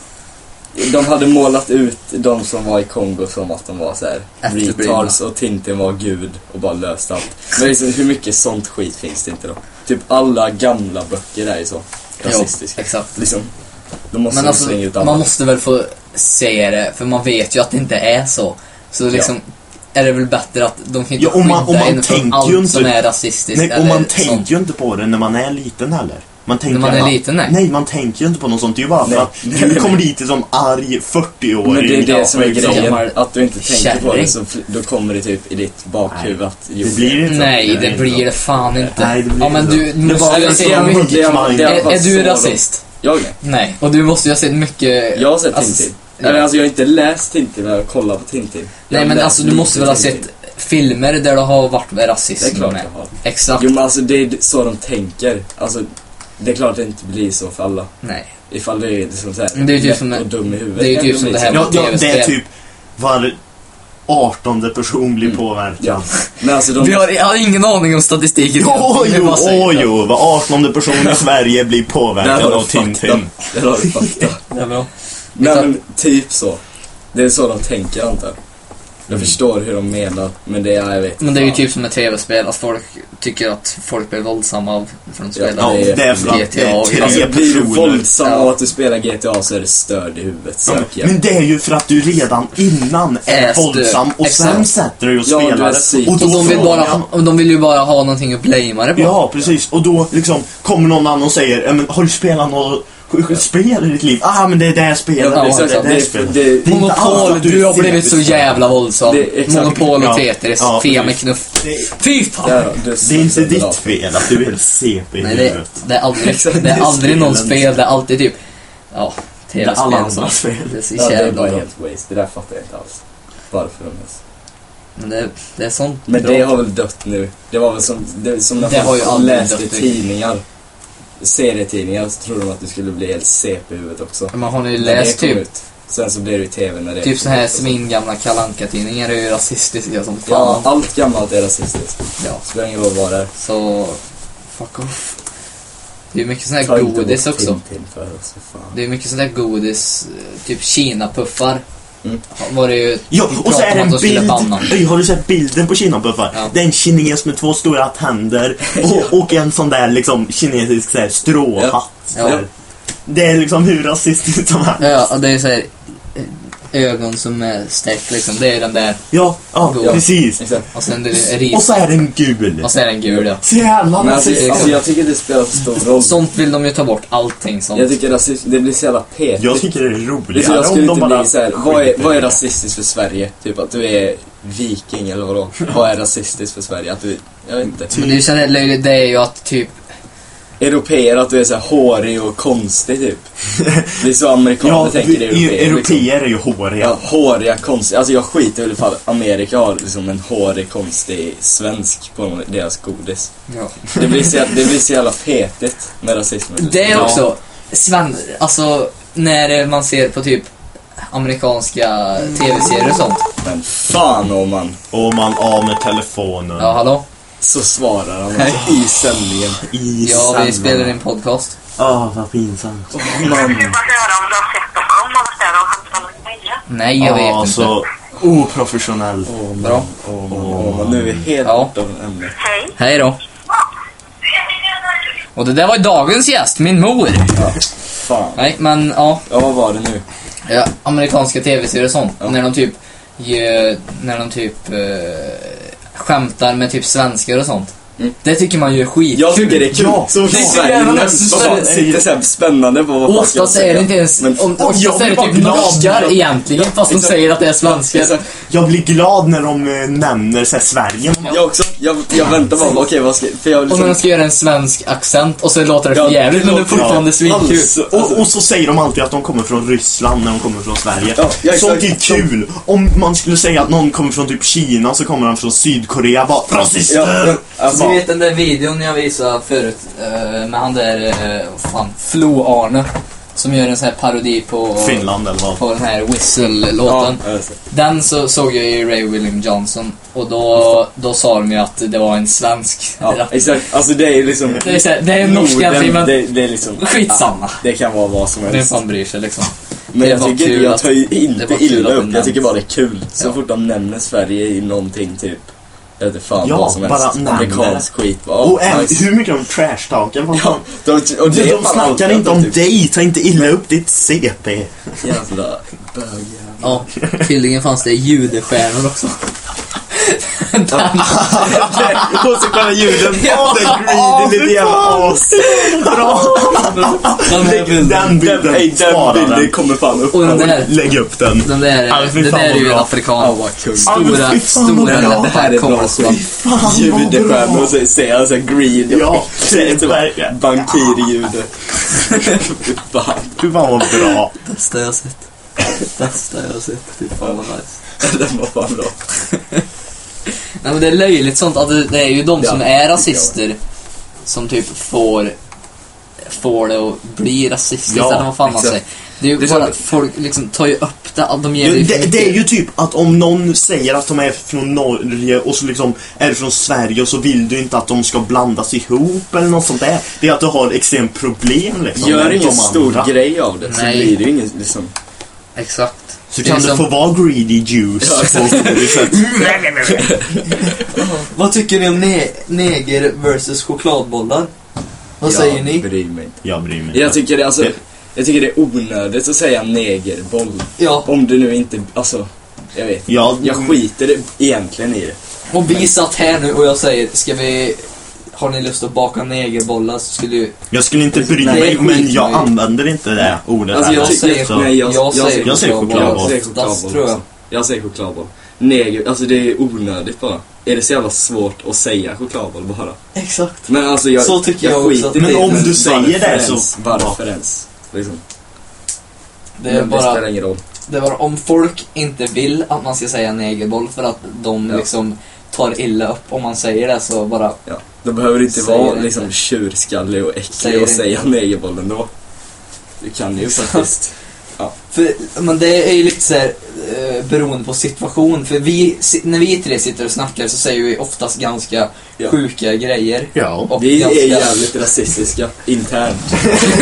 S2: De hade målat ut de som var i Kongo som att de var så här
S1: Efterblivna.
S2: retards och Tintin var gud och bara löste allt. Men liksom, hur mycket sånt skit finns det inte då? Typ alla gamla böcker är ju så rasistiska.
S1: Jo, exakt.
S2: Liksom, då måste
S1: Men
S2: de
S1: alltså,
S2: slänga ut alla.
S1: man måste väl få se det, för man vet ju att det inte är så. Så liksom, är det väl bättre att de kan ju
S3: Ja, och man- och
S1: skydda
S3: man
S1: en från
S3: tänker
S1: allt
S3: ju inte-
S1: som är rasistiskt
S3: Nej, och
S1: eller
S3: man
S1: sånt.
S3: tänker ju inte på det när man är liten heller. Man tänker
S1: man är
S3: att-
S1: liten, nej.
S3: man tänker ju inte på något sånt. Det är ju bara för
S2: Nej.
S3: att du kommer dit som arg 40-åring.
S2: Men det är det
S3: Ja,
S2: som är
S3: liksom.
S2: grejen,
S1: gammal
S2: att du inte tänker på
S1: kärring.
S2: det så fl- då kommer det typ i ditt bakhuvud att... Jo,
S3: Det blir inte så.
S1: Nej,
S3: är
S1: det
S3: inte
S1: blir
S3: så.
S1: det fan inte.
S3: Nej, det blir
S1: ja, men
S3: inte så.
S1: du,
S3: Det
S1: du måste
S3: var liksom
S1: ju
S3: en
S1: ha
S3: sån
S1: sett mycket.
S2: jag,
S3: mycket- det var
S1: Är, är du rasist?
S2: Jag nej.
S1: Nej, och du måste ju ha sett mycket...
S2: Jag har sett
S1: alltså,
S2: Tintin.
S1: ja.
S2: Eller alltså jag har inte läst Tintin, men jag har kollat på Tintin. Jag
S1: Nej
S2: har
S1: men
S2: läst
S1: alltså du
S2: lite
S1: måste väl ha
S2: Tintin.
S1: sett filmer där det har varit med
S2: Det är
S1: rasism
S2: klart
S1: med.
S2: jag har.
S1: Exakt.
S2: Jo men alltså det är så de tänker. Alltså, det är klart det inte blir så för alla.
S1: Nej.
S2: Ifall det är liksom såhär
S1: Men det är ju typ
S2: lätt
S1: som-
S2: och dum i huvudet. liksom.
S1: det är ju
S2: kan
S1: typ som
S2: bli
S1: det
S2: så.
S1: här-
S3: Ja, ja, det är
S1: TV-spel.
S3: typ var 18 person blir
S2: Mm.
S3: påverkad.
S2: Ja. Men alltså de...
S1: Vi har, jag har ingen aning om statistiken.
S3: Åh
S1: Det är
S3: jo,
S1: bara så-
S3: åh jo, var 18 person i Sverige blir
S2: Där
S3: påverkad
S2: har
S3: av
S2: du fakta.
S3: Tintin.
S2: Där har du fakta.
S1: Det är bra.
S2: Nej
S1: Exakt.
S2: men typ så. Det är så de tänker antar jag. Jag förstår hur de menar, men det är, jag vet
S1: Mm. Men det är ju
S2: inte.
S1: typ som med tv-spel, att folk tycker att folk blir våldsamma av för de spelar.
S3: Ja,
S2: det är-
S3: det är för att det är
S1: GTA.
S3: tre
S2: Alltså blir du
S3: personer.
S2: våldsam
S1: Ja.
S2: av att du spelar GTA så är du störd i huvudet.
S3: Ja,
S2: Sök hjälp.
S3: Men det är ju för att du redan innan är
S1: Äs du.
S3: våldsam och sen
S1: Exakt.
S3: sätter du dig och
S2: Ja, du är
S3: spelar.
S2: psyk.
S3: och
S1: Och
S3: då
S1: de, vill bara,
S3: frågar-
S1: ha- och de vill ju bara ha någonting att blamea det på.
S3: Ja, precis. Och då liksom kommer någon annan och säger "Ja, men, har du spelat något spel i ditt liv? Ah, men det är det här spelet.
S1: Ja,
S3: det,
S2: exakt.
S3: är det,
S2: Det
S3: här
S2: är-
S3: spelet."
S2: det-
S3: Det är inte alls
S1: Monopol,
S3: att är
S1: du har blivit så
S3: stereotyp.
S1: jävla våldsam.
S2: Det är exakt-
S1: Monopol och
S3: ja.
S1: Tetris,
S3: Ja,
S1: fe med
S3: precis.
S1: knuff.
S3: Det,
S1: Fy fan!
S2: Där, du
S3: det är inte
S2: sönder allt.
S3: ditt fel att du är CP i
S1: Nej, det,
S3: huvudet.
S1: det är aldrig,
S2: Exakt,
S1: det
S3: det
S1: är
S3: är
S1: aldrig någon
S3: spelen.
S1: spel, det är alltid typ... Ja,
S3: Det är alla
S1: tv-spel och
S3: andras
S1: sånt.
S3: fel.
S1: Det är så
S2: Ja, det är
S1: jävla
S2: bara
S1: bra.
S2: helt waste. Det där fattar jag inte alls. Varför de ens.
S1: Men det, det är sånt
S2: Men
S1: bra.
S2: det har väl dött nu. Det var väl som, det, som när
S1: Det har ju
S2: folk
S1: aldrig
S2: läste
S1: dött, det.
S2: tidningar. Serietidningar så trodde de att du skulle bli helt CP i huvudet också.
S1: Men har ni
S2: När det
S1: läst
S2: kom
S1: typ,
S2: ut. Sen så blev det ju TV när det
S1: typ så här
S2: kom ut.
S1: svingamla Kalle Anka-tidningar är ju rasistiska som
S2: Ja,
S1: fan.
S2: allt gammalt är rasistiskt.
S1: Ja.
S2: Spelar ingen roll vad det är.
S1: Så, fuck off. Det är mycket sån
S2: Ta
S1: här
S2: inte
S1: godis
S2: bort
S1: också.
S2: Tintin för oss, för fan.
S1: Det är mycket sån där godis, eh, typ Kina-puffar.
S2: Mm.
S1: Var det ju...
S3: Ja,
S1: vi
S3: och så
S1: pratade
S3: är
S1: om
S3: det
S1: att
S3: en
S1: de skulle
S3: bild.
S1: banna.
S3: Oj, har du sett bilden på Kinapuffar?
S1: Ja.
S3: Det är en kines med två stora tänder och, och en sån där liksom kinesisk så här, stråhatt.
S1: Ja.
S3: Det är liksom hur rasistiskt som helst.
S1: Ja, och det är såhär... eh, ögon som är streck liksom. Det är den där.
S3: Ja, ja,
S1: Ja.
S3: precis.
S2: Exakt.
S1: Och sen det är ris.
S3: Och så är den gul.
S1: Och sen är den gul ja.
S3: Så jävla
S2: Men alltså,
S3: nazistiskt.
S2: alltså, jag tycker det spelar för stor roll.
S1: Sånt vill de ju ta bort. Allting sånt.
S2: Jag tycker rasism, det blir så jävla petigt.
S3: Jag tycker det är
S2: det är så
S3: roligare
S2: jag
S3: om
S2: skulle
S3: de
S2: inte
S3: bara...
S2: bli såhär, vad är,
S3: skiter
S2: vad
S3: i
S2: är
S3: det.
S2: rasistiskt för Sverige? Typ att du är viking eller vadå? Vad är rasistiskt för Sverige? Att du, jag vet inte.
S3: Typ.
S1: Men det är, ju löjligt, det är ju att typ...
S2: Européer, att du är såhär hårig och konstig typ. Det är så amerikaner
S3: Ja,
S2: tänker
S3: vi-
S2: européer. Liksom.
S3: europeer är ju håriga.
S2: Ja, håriga, konstiga. Alltså jag skiter väl ifall Amerika har liksom en hårig, konstig svensk på någon- deras godis. Det blir så, jä- det blir så jävla petigt med rasismen.
S1: Det är
S2: Ja.
S1: också... Sven, alltså när man ser på typ amerikanska tv-serier och sånt.
S2: Men fan om man
S3: Och man av med telefonen.
S1: Ja, hallå?
S2: så svarar han alltså, i sändningen.
S3: I
S1: Ja, vi
S3: sanden.
S1: spelar in podcast.
S3: Ah, vad pinsamt.
S2: Man,
S4: skulle bara höra om du har sett dem, om man har sett dem, om de har grejer.
S1: Nej, jag vet
S3: ah,
S1: inte.
S3: så oprofessionell.
S2: åh, man,
S1: Bra.
S2: åh, man, åh, man. Nu är vi helt
S1: Ja.
S2: borta från ämnet.
S4: Hej.
S1: Hej då. Och det där var dagens gäst, min mor.
S2: Fan.
S1: Nej, men ja.
S2: Ja, vad var det nu?
S1: ja amerikanska tv-serier och sånt.
S2: Ja.
S1: När de typ... Ge, när de typ... Eh, skämtar med typ svenskar och sånt.
S2: Mm.
S1: Det tycker man ju är skit.
S2: Jag tycker det är kul.
S3: Ja,
S2: så
S1: det är så
S2: Sverige
S1: jävla
S2: nämns. Vad fan
S1: nästan-
S2: sitter såhär spännande på vad fan ska jag
S1: Oftast är
S2: säga?
S1: det inte ens...
S2: Men-
S1: om,
S3: Åh, jag
S1: oftast är
S3: blir
S1: det
S3: bara
S1: typ
S3: glad när
S1: norskar
S3: de-
S1: egentligen, fast de
S2: Exakt.
S1: säger att det är svenskar.
S2: Exakt.
S3: Jag blir glad när de eh, nämner så här, Sverige.
S2: Jag också. Jag, jag väntar bara, okej vad ska För jag
S1: Och när de
S2: liksom...
S1: ska göra en svensk accent och så låter det
S2: Ja,
S1: för jävligt
S2: det Alltså-
S1: men det är
S2: låter-
S1: fortfarande
S2: ja,
S1: svinkul.
S2: alls.
S3: Alltså, Och, och så säger de alltid att de kommer från Ryssland när de kommer från Sverige.
S2: Ja, ja, exakt.
S3: Sånt är kul. Om man skulle säga att någon kommer från typ Kina så kommer han från Sydkorea. Bara
S2: Ja,
S3: rasister!
S2: ja, alltså,
S1: Ni vet den där videon jag visade förut eh, med han där, eh, vad fan, Flo-Arne. Som gör en sån här parodi på,
S3: Finland eller vad?
S1: på den här Whistle-låten.
S2: ja, alltså.
S1: Den så såg jag ju Ray William Johnson och då, då sa de ju att det var en svensk
S2: ja,
S1: rap-
S2: exakt. Alltså det är ju liksom...
S1: Det är, så här, det är en norsk
S2: Norden,
S1: men
S2: det, det är liksom...
S1: skitsamma.
S2: Det kan vara vad som
S1: Vem
S2: helst.
S1: fan bryr sig liksom?
S2: Men
S1: Det
S2: jag
S1: var
S2: tycker
S1: kul
S2: jag
S1: att-
S2: tar ju
S1: det
S2: inte
S1: var kul
S2: illa
S1: att de
S2: upp. Jag tycker
S1: nämns.
S2: bara det är kul. Så
S1: Ja.
S2: fort de nämner Sverige i någonting typ. Jag vet inte fan
S3: Ja,
S2: vad som
S3: bara
S2: helst.
S3: nämner
S2: Amerikansk skit. Ja,
S3: Och även
S2: nice.
S3: hur mycket de trashtalkar. vad
S2: Ja,
S3: fan.
S2: de, och det
S3: De,
S2: är
S3: de
S2: fan
S3: snackar
S2: alltid
S3: inte
S2: att
S3: om
S2: typ
S3: dig, ta inte illa upp ditt CP.
S2: Jävla bögjävel.
S1: Ja, tydligen fanns det judestjärnor också.
S3: och så kommer ljuden.
S1: Ja.
S3: Åh, den greedy lille jävla as. Bra.
S1: Den där bilden.
S3: Den bilden.
S2: Ey, den
S3: Spara
S2: bilden
S3: den.
S2: kommer fan upp.
S1: Och den där.
S3: Lägg upp den.
S1: Den där,
S3: Ja, fy
S1: det där
S3: fan
S1: är
S3: vad
S1: ju en
S3: bra.
S2: Ja,
S1: afrikan.
S2: vad kul.
S3: Ja, men
S1: Stora,
S3: fy fan vad
S1: stora,
S3: bra.
S1: det här kommer från.
S3: Fan vad
S2: Judestjärnor,
S3: bra.
S2: så säger han såhär greed.
S3: Ja, det är verkligen.
S2: Bankirjude. Fy fan.
S3: Fy fan vad bra.
S1: Bästa jag sett. Bästa jag sett. Fy fan vad nice.
S2: Den var fan bra.
S1: Nej men det är löjligt sånt. Att det, det är ju de
S2: Ja,
S1: som
S2: det tycker
S1: är
S2: jag.
S1: rasister som typ får får det att bli rasistiskt
S3: Ja,
S1: eller vad fan man
S2: exakt.
S1: säger. Det är ju
S2: Det är
S1: bara
S2: så-
S1: att folk liksom tar ju upp det. att De ger
S3: Det,
S1: ju för mycket-
S3: det är ju typ att om någon säger att de är från Norge och så liksom är från Sverige och så vill du inte att de ska blandas ihop eller något sånt där. Det är att du har extremt problem liksom.
S2: Gör
S3: med de
S2: ingen stor
S3: andra.
S2: grej av det så
S1: Nej.
S2: blir det ju ingen liksom...
S1: Exakt.
S3: Så
S1: Det är
S3: kan du
S1: som-
S3: få vara greedy juice.
S2: Ja,
S3: på sätt.
S1: Vad tycker ni om ne- neger versus chokladbollar? Vad säger
S2: Jag
S1: ni?
S2: bryr mig inte.
S3: Jag bryr mig
S2: Jag tycker det, alltså,
S3: Det-
S2: jag tycker det är onödigt att säga negerboll.
S1: Ja,
S2: Om du nu inte, alltså, jag vet inte.
S3: Ja,
S2: Jag skiter det- egentligen i det.
S1: och vi satt här nu och jag säger, ska vi... Har ni lust att baka negerbollar så skulle ju...
S3: jag skulle inte bry
S1: Nej,
S3: mig,
S1: skit
S3: men jag
S1: mig.
S3: använder inte det ordet
S2: Alltså, jag
S3: heller.
S1: säger-
S3: Så-
S2: nej, Jag- jag säger-
S3: jag säger chokladboll.
S2: Jag säger
S1: oftast,
S2: chokladboll
S1: tror jag.
S2: också. Jag säger chokladboll. Neger, alltså det är onödigt bara. Är det så jävla svårt att säga chokladboll bara?
S1: Exakt.
S2: Men alltså jag,
S1: Så tycker jag också.
S2: skiter i
S3: Men
S2: det.
S3: om du säger
S2: varför
S3: det så-
S2: ens? Varför ens? Liksom.
S1: Det är
S2: Men det spelar
S1: bara,
S2: ingen roll.
S1: det är bara om folk inte vill att man ska säga negerboll för att de
S2: Ja.
S1: liksom tar illa upp om man säger det så bara...
S2: Ja. Då behöver du inte
S1: Säger
S2: vara
S1: det
S2: liksom
S1: inte.
S2: tjurskallig och äcklig
S1: Säger
S2: och
S1: det
S2: säga negerboll ändå. Du kan ju faktiskt.
S1: För, men det är ju lite såhär eh, beroende på situation. För vi, si- när vi tre sitter och snackar så säger vi oftast ganska
S2: Ja.
S1: sjuka grejer.
S3: Ja.
S1: Och
S2: Vi
S1: ganska-
S2: är jävligt rasistiska internt.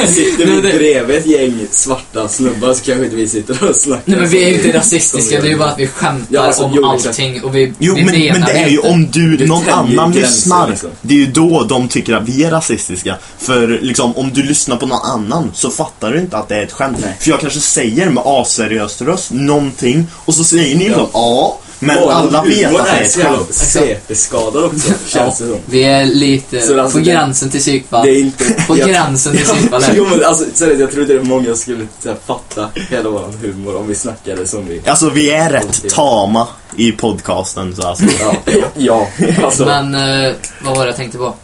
S2: Sitter
S1: Nej,
S2: vi
S1: men det-
S2: bredvid ett gäng svarta snubbar så kanske inte vi sitter och snackar.
S1: Nej men vi är ju inte
S2: Som vi
S1: rasistiska, det är ju
S2: gör.
S1: bara att vi skämtar
S2: Ja, alltså,
S1: om
S2: jo, exakt.
S1: allting och vi,
S3: Jo,
S1: vi
S3: men, men det är ju
S1: inte.
S3: om du,
S2: Det
S3: någon
S2: tänjer
S3: annan
S2: gränser,
S3: lyssnar.
S2: liksom.
S3: Det är ju då de tycker att vi är rasistiska. För liksom, om du lyssnar på någon annan så fattar du inte att det är ett skämt. För jag kanske säger säger med aseriös röst någonting och så säger ni liksom ja, men
S2: Åh,
S3: alla
S2: Djurgården
S3: vet att det
S2: är så
S3: är
S2: jävla
S3: skämt.
S2: CP-skadad också, känns det som.
S1: Vi är lite
S2: Så alltså
S1: på
S2: det-
S1: gränsen till psykfall.
S2: Det är inte...
S1: På
S2: jag-
S1: gränsen till psykfall.
S2: Jo men alltså, seriöst, jag tror inte det är många som skulle så här, fatta hela våran humor om vi snackade som vi...
S3: Alltså vi är rätt tama i podcasten så alltså.
S2: Ja, ja alltså.
S1: Men eh, vad var det jag tänkte på?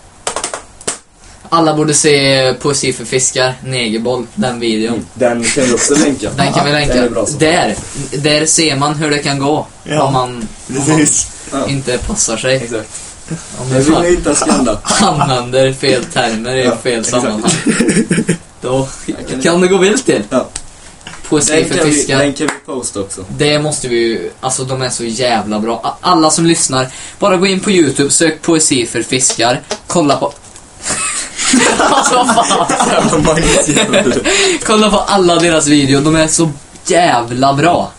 S1: Alla borde se Poesi för fiskar, Negerboll, den videon.
S2: Den kan vi också länka.
S1: Den kan vi
S2: Den
S1: länka.
S2: är bra så.
S1: Där, där ser man hur det kan gå.
S3: Ja,
S1: om man, om man
S3: Precis.
S2: Ja.
S1: inte passar sig.
S2: Exakt.
S1: Om
S2: Jag
S1: man
S2: vill
S1: fan
S2: ju inte att skanda.
S1: använder fel termer i
S2: Ja,
S1: fel
S2: exakt.
S1: sammanhang. Då
S2: kan-
S1: kan det gå vilt till.
S2: Ja.
S1: Poesi
S2: Den
S1: för
S2: kan, vi,
S1: fiskar.
S2: den kan vi posta också.
S1: Det måste vi ju, alltså de är så jävla bra. A- Alla som lyssnar, bara gå in på YouTube, sök poesi för fiskar, kolla på... alltså vad fan!
S2: Jävla Magnus jävel.
S1: Kolla på alla deras videor, de är så jävla bra.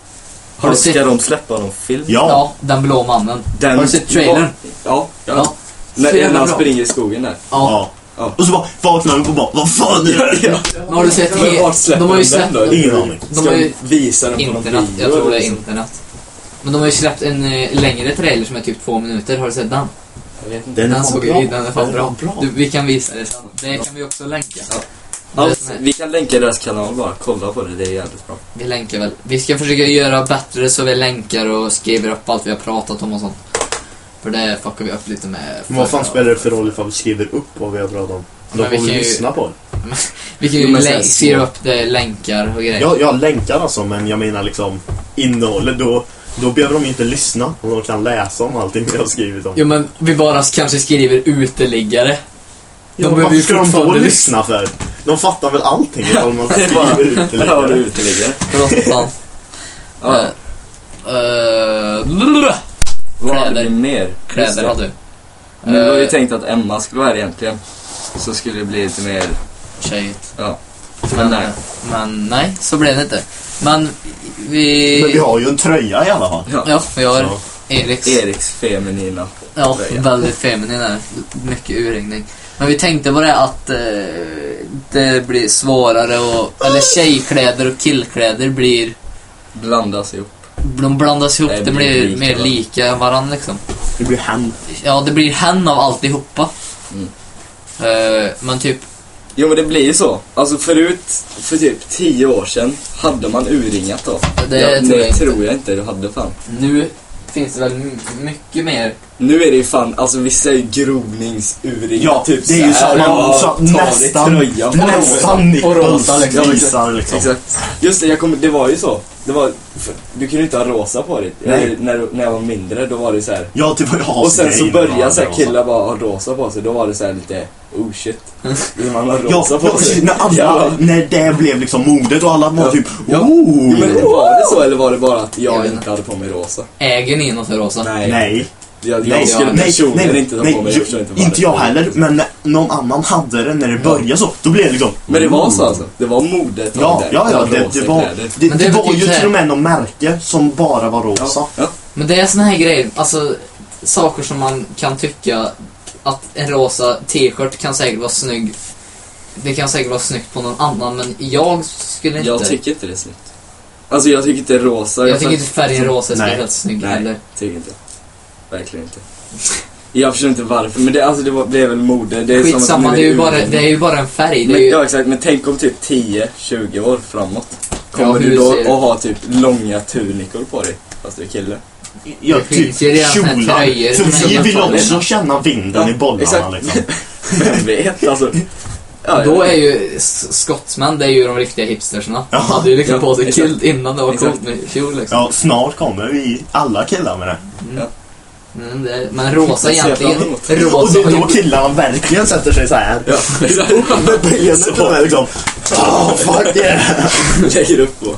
S2: Har du
S1: sett-
S2: Ska de släppa någon film?
S1: Ja,
S3: Ja,
S1: den blå mannen.
S2: Den...
S1: Har du sett trailern?
S2: Ja. ja.
S1: Ja.
S2: När
S1: Så jävla
S2: när han
S1: bra.
S2: springer i skogen där.
S1: Ja.
S3: ja. Och så bara vaknar de och bara vad fan är det?
S2: Ja.
S1: Men Har du sett
S2: Men vart
S1: he-
S2: släpper
S1: De har ju
S2: den
S1: släppt
S2: då?
S3: Ingen aning.
S1: de
S2: Ska
S1: har ju-
S2: visa den på någon
S1: internet,
S2: video
S1: jag tror det är
S2: liksom?
S1: internet. Men de har ju släppt en eh, längre trailer som är typ två minuter, har du sett den?
S2: Jag vet inte.
S3: Den är
S1: Den
S3: fan
S1: såg
S3: bra.
S1: ju, den är fan bra.
S3: bra.
S1: Du, vi kan visa det sen. Det kan vi också länka.
S2: Ja.
S1: Det är
S2: Alltså,
S1: sån här-
S2: vi kan länka deras kanal bara, kolla på det, det är jävligt bra.
S1: Vi länkar väl. Vi ska försöka göra bättre så vi länkar och skriver upp allt vi har pratat om och sånt. För det fuckar vi upp lite med.
S5: Men vad fan spelar det för roll ifall vi skriver upp vad vi har pratat om?
S1: Men
S5: De
S1: vi
S5: kommer
S1: kan ju-
S5: lyssna på det.
S1: Vi kan
S2: Jo,
S1: ju
S2: men sen
S1: lä-
S2: så-
S1: skriva upp det, länkar och grejer.
S5: Jag, jag länkar alltså, men jag menar liksom innehållet. Då, då behöver de ju inte lyssna. Och de kan läsa om allting vi har skrivit om.
S1: Jo men vi bara kanske skriver uteliggare. De
S5: Ja,
S1: behöver
S5: varför
S1: ju
S5: ska de då
S1: fortfarande
S5: lyssna för? De fattar väl allting ifall man
S2: Det är bara-
S5: skriver ut det
S2: Där har du
S5: lite.
S2: uteliggare.
S1: Förlåt för fan.
S2: Ja.
S1: Eh, eh, blablabla.
S2: Vad hade
S1: Kläder.
S2: vi mer? Just
S1: Kläder
S2: det.
S1: hade du.
S2: Nu var ju
S1: Uh,
S2: tänkt att Emma skulle vara här egentligen. Så skulle det bli lite mer,
S1: tjejigt.
S2: ja.
S1: Men,
S2: Men nej.
S1: men nej, så blev det inte. Men vi...
S5: Men
S3: Vi har ju en tröja i alla fall.
S1: Ja, vi har
S5: Så.
S1: Eriks.
S2: Eriks feminina.
S1: Ja,
S2: Tröja.
S1: väldigt feminin är Mycket urringning. Men vi tänkte på det att eh, det blir svårare och... Eller tjejkläder och killkläder blir...
S2: Blandas ihop.
S1: De blandas ihop,
S2: Det
S1: det
S2: blir
S1: blir
S2: lika,
S1: mer
S2: va?
S1: lika varandra liksom.
S3: Det blir hem.
S1: Ja, det blir hen av alltihopa.
S2: Mm.
S1: Eh, men typ...
S2: Jo men det blir ju så. Alltså förut, för typ tio år sedan, hade man urringat då?
S1: Det
S2: ja,
S1: tror jag
S2: det
S1: inte.
S2: tror jag inte du hade fan.
S1: Nu finns det väl m- mycket mer...
S2: Nu är det ju fan, alltså vissa är ju grovningsurringat.
S3: Ja,
S2: typ
S3: det är ju så
S2: här,
S3: att man
S2: ja,
S3: så
S2: ta
S3: att
S2: av dig
S3: nästan,
S2: tröjan.
S3: nästan
S1: rosa,
S3: nippeln
S1: liksom.
S3: visar liksom.
S2: Exakt. Just det, jag kom, det var ju så. Det var, för, du kunde inte ha rosa på dig.
S3: Nej.
S2: Jag, när, när jag var mindre, då var det så här.
S3: Ja, typ, det var ju
S2: Och sen så
S3: asgrejen,
S2: började
S3: va,
S2: så här
S3: rosa.
S2: killar bara ha rosa på sig, då var det så här lite oh shit. Man har
S3: Ja,
S2: rosa
S3: ja,
S2: på
S3: precis,
S2: sig.
S3: när, alla,
S2: Ja.
S3: när det blev liksom modet och alla var
S2: Ja.
S3: typ
S2: Ja.
S3: oh.
S2: Men var det så eller var det bara att
S1: Jag
S2: jag
S1: vet
S2: inte hade på mig rosa?
S1: Äger ni något för rosa?
S2: Nej.
S3: Nej.
S2: Jag, jag
S3: Nej,
S2: skulle
S3: nej,
S2: personligen
S3: nej,
S2: inte ta
S3: nej,
S2: på mig.
S3: ju-
S2: Jag förstår inte, varför.
S3: inte jag heller, men när någon annan hade det när det började så, då blev det liksom
S2: Men det var så alltså? Det var modet
S3: Ja, ja, ja, det, det var, det,
S1: Men
S3: det,
S1: det
S3: var
S1: betyder
S3: ju
S1: så här-
S3: till och med någon märke som bara var rosa.
S2: Ja, ja.
S1: Men det är såna här grejer, alltså saker som man kan tycka att en rosa t-shirt kan säkert vara snygg. Det kan säkert vara snyggt på någon annan, men jag skulle inte...
S2: Jag tycker inte det är snyggt. Alltså jag tycker inte rosa.
S1: jag tycker inte färgen rosa är
S3: Nej.
S1: speciellt snygg
S2: Nej.
S1: heller.
S2: Tycker inte. Verkligen inte. Jag förstår inte varför, men det, alltså, det, var, det är väl mode. Det är som att
S1: Skitsamma,
S2: nu
S1: det är, ju
S2: urringning.
S1: bara, det är ju bara en färg. Det är
S2: Men,
S1: ju,
S2: ja exakt, men tänk om typ 10-20 år framåt.
S1: Ja,
S2: Kommer
S1: hur
S2: du då
S1: ser-
S2: att ha typ långa tunikor på dig? Fast du är kille.
S3: Ja,
S1: Det finns ju redan såna här tröjor som
S3: För vi
S1: är
S3: vill
S1: metall.
S3: också känna vinden
S2: Ja,
S3: i bollarna
S2: exakt.
S3: liksom.
S2: Vem vet alltså. Ja,
S1: då är
S2: jag-
S1: ju s- skotsmän, det är ju de riktiga hipstersna. De hade ju liksom
S2: Ja,
S1: på sig
S2: exakt.
S1: kilt innan det var
S2: Exakt.
S1: coolt med kjol liksom.
S3: Ja, snart kommer vi alla killar med det.
S1: Men, det, men rosa
S2: Det ser jag
S1: egentligen...
S2: fram emot.
S3: Och
S1: Rosa
S3: det
S1: har
S3: är
S1: ju
S3: då killarna verkligen sätter sig så här.
S2: Ja, exakt.
S3: Med benet och liksom. Oh, fuck yeah.
S2: Lägger upp på.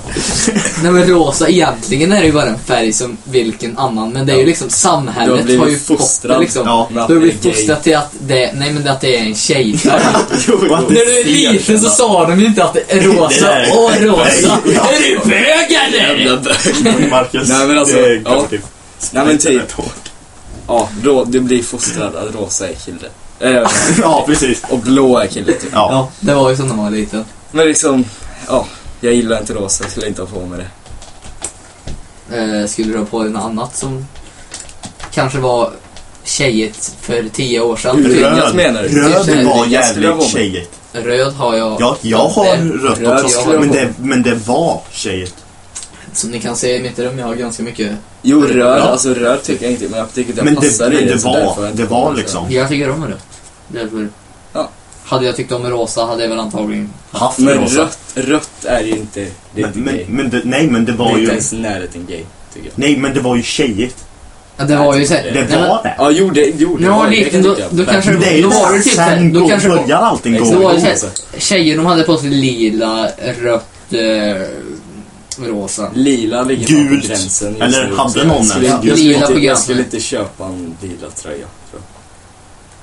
S1: Nej men rosa, egentligen är det ju bara en färg som vilken annan, men det är ju
S2: Ja.
S1: liksom
S2: Du har
S1: samhället
S2: blivit
S1: har ju fått
S2: fostrad.
S1: det liksom.
S3: Ja.
S1: Du har blivit fostrad till att det, nej men att det är en tjejfärg.
S2: Jo, jo.
S1: När
S3: What
S1: du är liten så sa de ju inte att det är rosa,
S3: Nej.
S1: åh rosa,
S3: Nej. Ja.
S1: är du bög eller?
S2: Jävla bög.
S3: Marcus,
S2: Nej, men alltså,
S3: det
S2: ja.
S3: är konservativt.
S2: Nej men typ,
S3: Rätt hårt.
S2: ja, då, du blir fostrad att rosa är kille. Eh,
S3: Ja, precis.
S2: och blå är kille typ.
S3: Ja.
S1: Ja, det var ju så när man var liten.
S2: Men liksom, ja. Jag gillar inte rosa, jag skulle inte ha på mig det.
S1: Eh, skulle du ha på dig något annat som kanske var tjejigt för tio år sedan?
S2: Röd.
S1: Typ,
S2: Jag menar,
S1: det
S3: Röd var
S2: är jävligt
S3: jävligt
S2: bra.
S3: tjejigt.
S1: Röd har jag. Eh,
S3: Jag, jag har
S1: Det-
S3: rött
S2: röd
S3: också,
S2: skulle jag
S3: men
S2: ha.
S3: det, men det var tjejigt.
S1: Som ni kan se i mitt rum, jag har ganska mycket.
S2: Jo, röd,
S3: Ja.
S2: alltså röd tycker jag inte, men jag tycker det
S3: Men det,
S2: passar i
S3: men det
S2: så därför har
S3: var,
S2: jag
S3: det
S2: inte
S3: var
S2: det.
S3: liksom
S1: Jag tycker om rött. Därför.
S2: Ja.
S1: Hade jag tyckt om rosa hade jag väl antagligen...
S3: haft
S2: Men
S3: rosa.
S2: rött, rött är ju inte, det är inte
S3: Men, men,
S2: gay.
S3: men det, nej, men det
S2: det
S3: var
S2: är inte
S3: ju...
S2: ens närheten gay, tycker jag.
S3: Nej, men det var ju tjejigt.
S1: Ja, det var ju så
S2: Det
S3: Det
S1: Nej, men-
S3: var det.
S2: Ja, jo, det, jo, det
S1: Ja,
S2: var det, det
S1: lite,
S2: kan
S1: då,
S2: jag tycka.
S1: då kanske
S3: Men det är ju
S1: då var det typ så här-
S3: sen
S1: då
S3: går-
S1: kanske
S3: börjar allting gå
S2: Exakt.
S1: då var
S3: igång.
S1: det så här, tjejer de hade på sig lila, rött, eh, rosa.
S2: Lila ligger fan
S3: Gult.
S2: på gränsen just
S3: Eller
S2: nu,
S3: hade
S2: så jag
S3: någon
S2: skulle
S3: ens
S2: inte-
S1: gult?
S2: jag,
S1: Lila
S2: skulle
S1: på
S2: inte, jag
S1: gränsen.
S2: skulle inte köpa en lila tröja, tror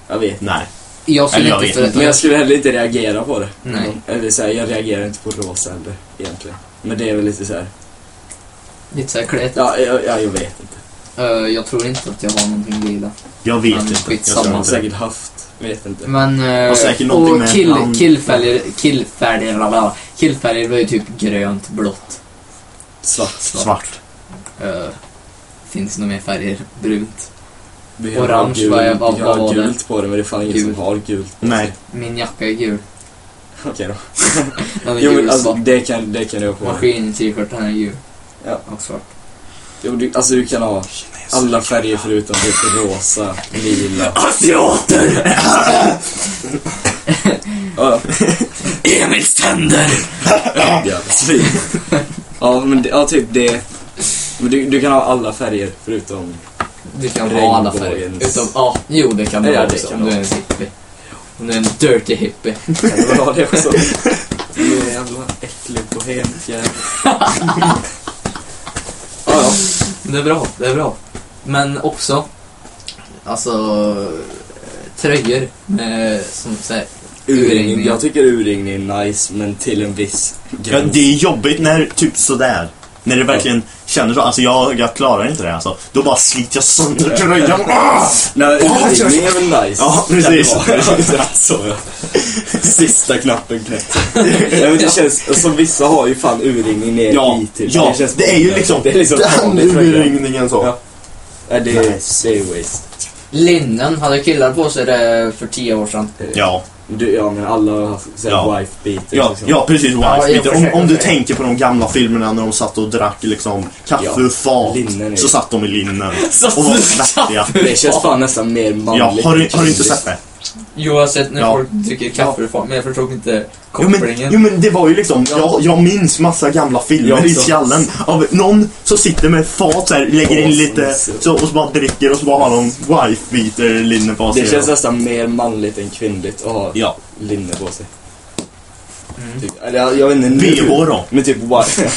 S2: jag. Jag vet inte.
S3: Nej.
S1: Jag skulle
S3: Eller jag
S1: inte
S3: vet
S1: för
S2: Men jag skulle heller inte reagera på det.
S1: Nej.
S2: Eller så här, jag reagerar inte på rosa heller, egentligen. Men det är väl lite så här.
S1: Lite såhär klätt.
S2: ja, jag, ja, jag vet inte.
S1: Eh, jag tror inte att jag har någonting lila.
S3: Jag vet
S1: Men
S3: inte.
S1: skitsamma.
S2: Man
S3: Jag tror
S2: har
S3: inte det.
S2: säkert haft, vet inte.
S1: Men... eh,
S3: Och säkert någonting
S1: och
S3: med
S1: kill,
S3: namn.
S1: killfärger, killfärger, blablabla. killfärger var ju typ grönt, blått.
S2: Svart.
S3: Svart.
S1: Eh, finns det några mer färger? Brunt.
S2: Vi
S1: Orange,
S2: har gul-
S1: vad är- vad-
S2: jag
S1: vad var
S2: har
S1: det?
S2: gult på det, men det är fan ingen som
S1: Gult.
S2: har gult.
S3: Nej.
S1: Min jacka är gul.
S2: Okej då.
S1: Den är
S2: Jo, men
S1: gul och
S2: alltså,
S1: svart.
S2: det kan, det kan du ha på dig.
S1: Maskin-t-shirten är gul.
S2: Ja.
S1: Och svart.
S2: Jo, du, alltså du kan ha alla färger förutom typ rosa, lila.
S3: Asiater!
S2: Ja,
S1: Emils tänder!
S2: ja, svin. ja, men det, ja, typ det. Men du, du kan ha alla färger förutom...
S1: Du kan ha alla färger.
S2: Regnbågens.
S1: Utom, ja, jo det kan du
S2: Ja,
S1: ha
S2: det
S1: också,
S2: kan
S1: om
S2: du
S1: du är
S2: ha.
S1: en hippie. Om du är en dirty hippie.
S2: Kan du väl ha det också? Du är en jävla äcklig bohemjävel. Ja, ja.
S1: Det är bra, det är bra. Men också, alltså eh, tröjor med som säger
S2: Urringning. Jag tycker urringning är nice, men till en viss
S3: Ja,
S2: gräns.
S3: det är jobbigt när typ sådär. När det verkligen känner så. Alltså jag, jag klarar inte det alltså. Då bara sliter jag sönder tröjan. Ah!
S2: Nej, urringning är väl nice?
S3: Ja, precis.
S2: Kan det vara. Exakt så, ja. Sista knappen knäckt. Nej, men det känns, alltså, vissa har ju fan urringning ner
S3: Ja,
S2: i typ.
S3: ja,
S2: känns-
S3: det är ju liksom
S2: Det är liksom
S3: den
S2: vanlig tröja.
S3: urringningen så.
S2: Ja. Nej, det är
S3: Nice.
S2: det är waste.
S1: Linnen hade killar på sig det för tio år sedan.
S3: Ja,
S2: Du, ja, men alla har haft såhär
S3: Ja.
S2: wife beater.
S3: ja,
S2: liksom.
S3: ja precis.
S1: Ja, jag
S3: Wife beater. Om,
S1: försöker
S3: om du
S1: säga.
S3: tänker på de gamla filmerna när de satt och drack liksom kaffe
S2: Ja.
S3: ur fat.
S2: Linnen är-
S3: Så satt de i linnen.
S1: Satt
S3: Och var
S1: ur
S3: svettiga.
S2: Det känns fan nästan mer
S3: Ja,
S2: manligt.
S3: har, du, har du inte sett det?
S1: Jo, jag har sett när
S3: Ja.
S1: folk dricker kaffe ur fat, men jag förstod inte
S3: Jo men,
S1: kopplingen.
S3: jo men det var ju liksom, jag, jag minns massa gamla
S2: Jag
S3: filmer
S2: också.
S3: i skallen av någon som sitter med ett fat så här, lägger in
S2: Åh,
S3: lite
S2: så mysigt.
S3: så, och så bara dricker och så bara har de wife beater linne på sig.
S2: Det känns nästan mer manligt än kvinnligt att ha
S3: Ja.
S2: linne på sig.
S3: Mm.
S2: Typ, eller jag, jag vet inte nu.
S3: VH då?
S2: Men typ wife...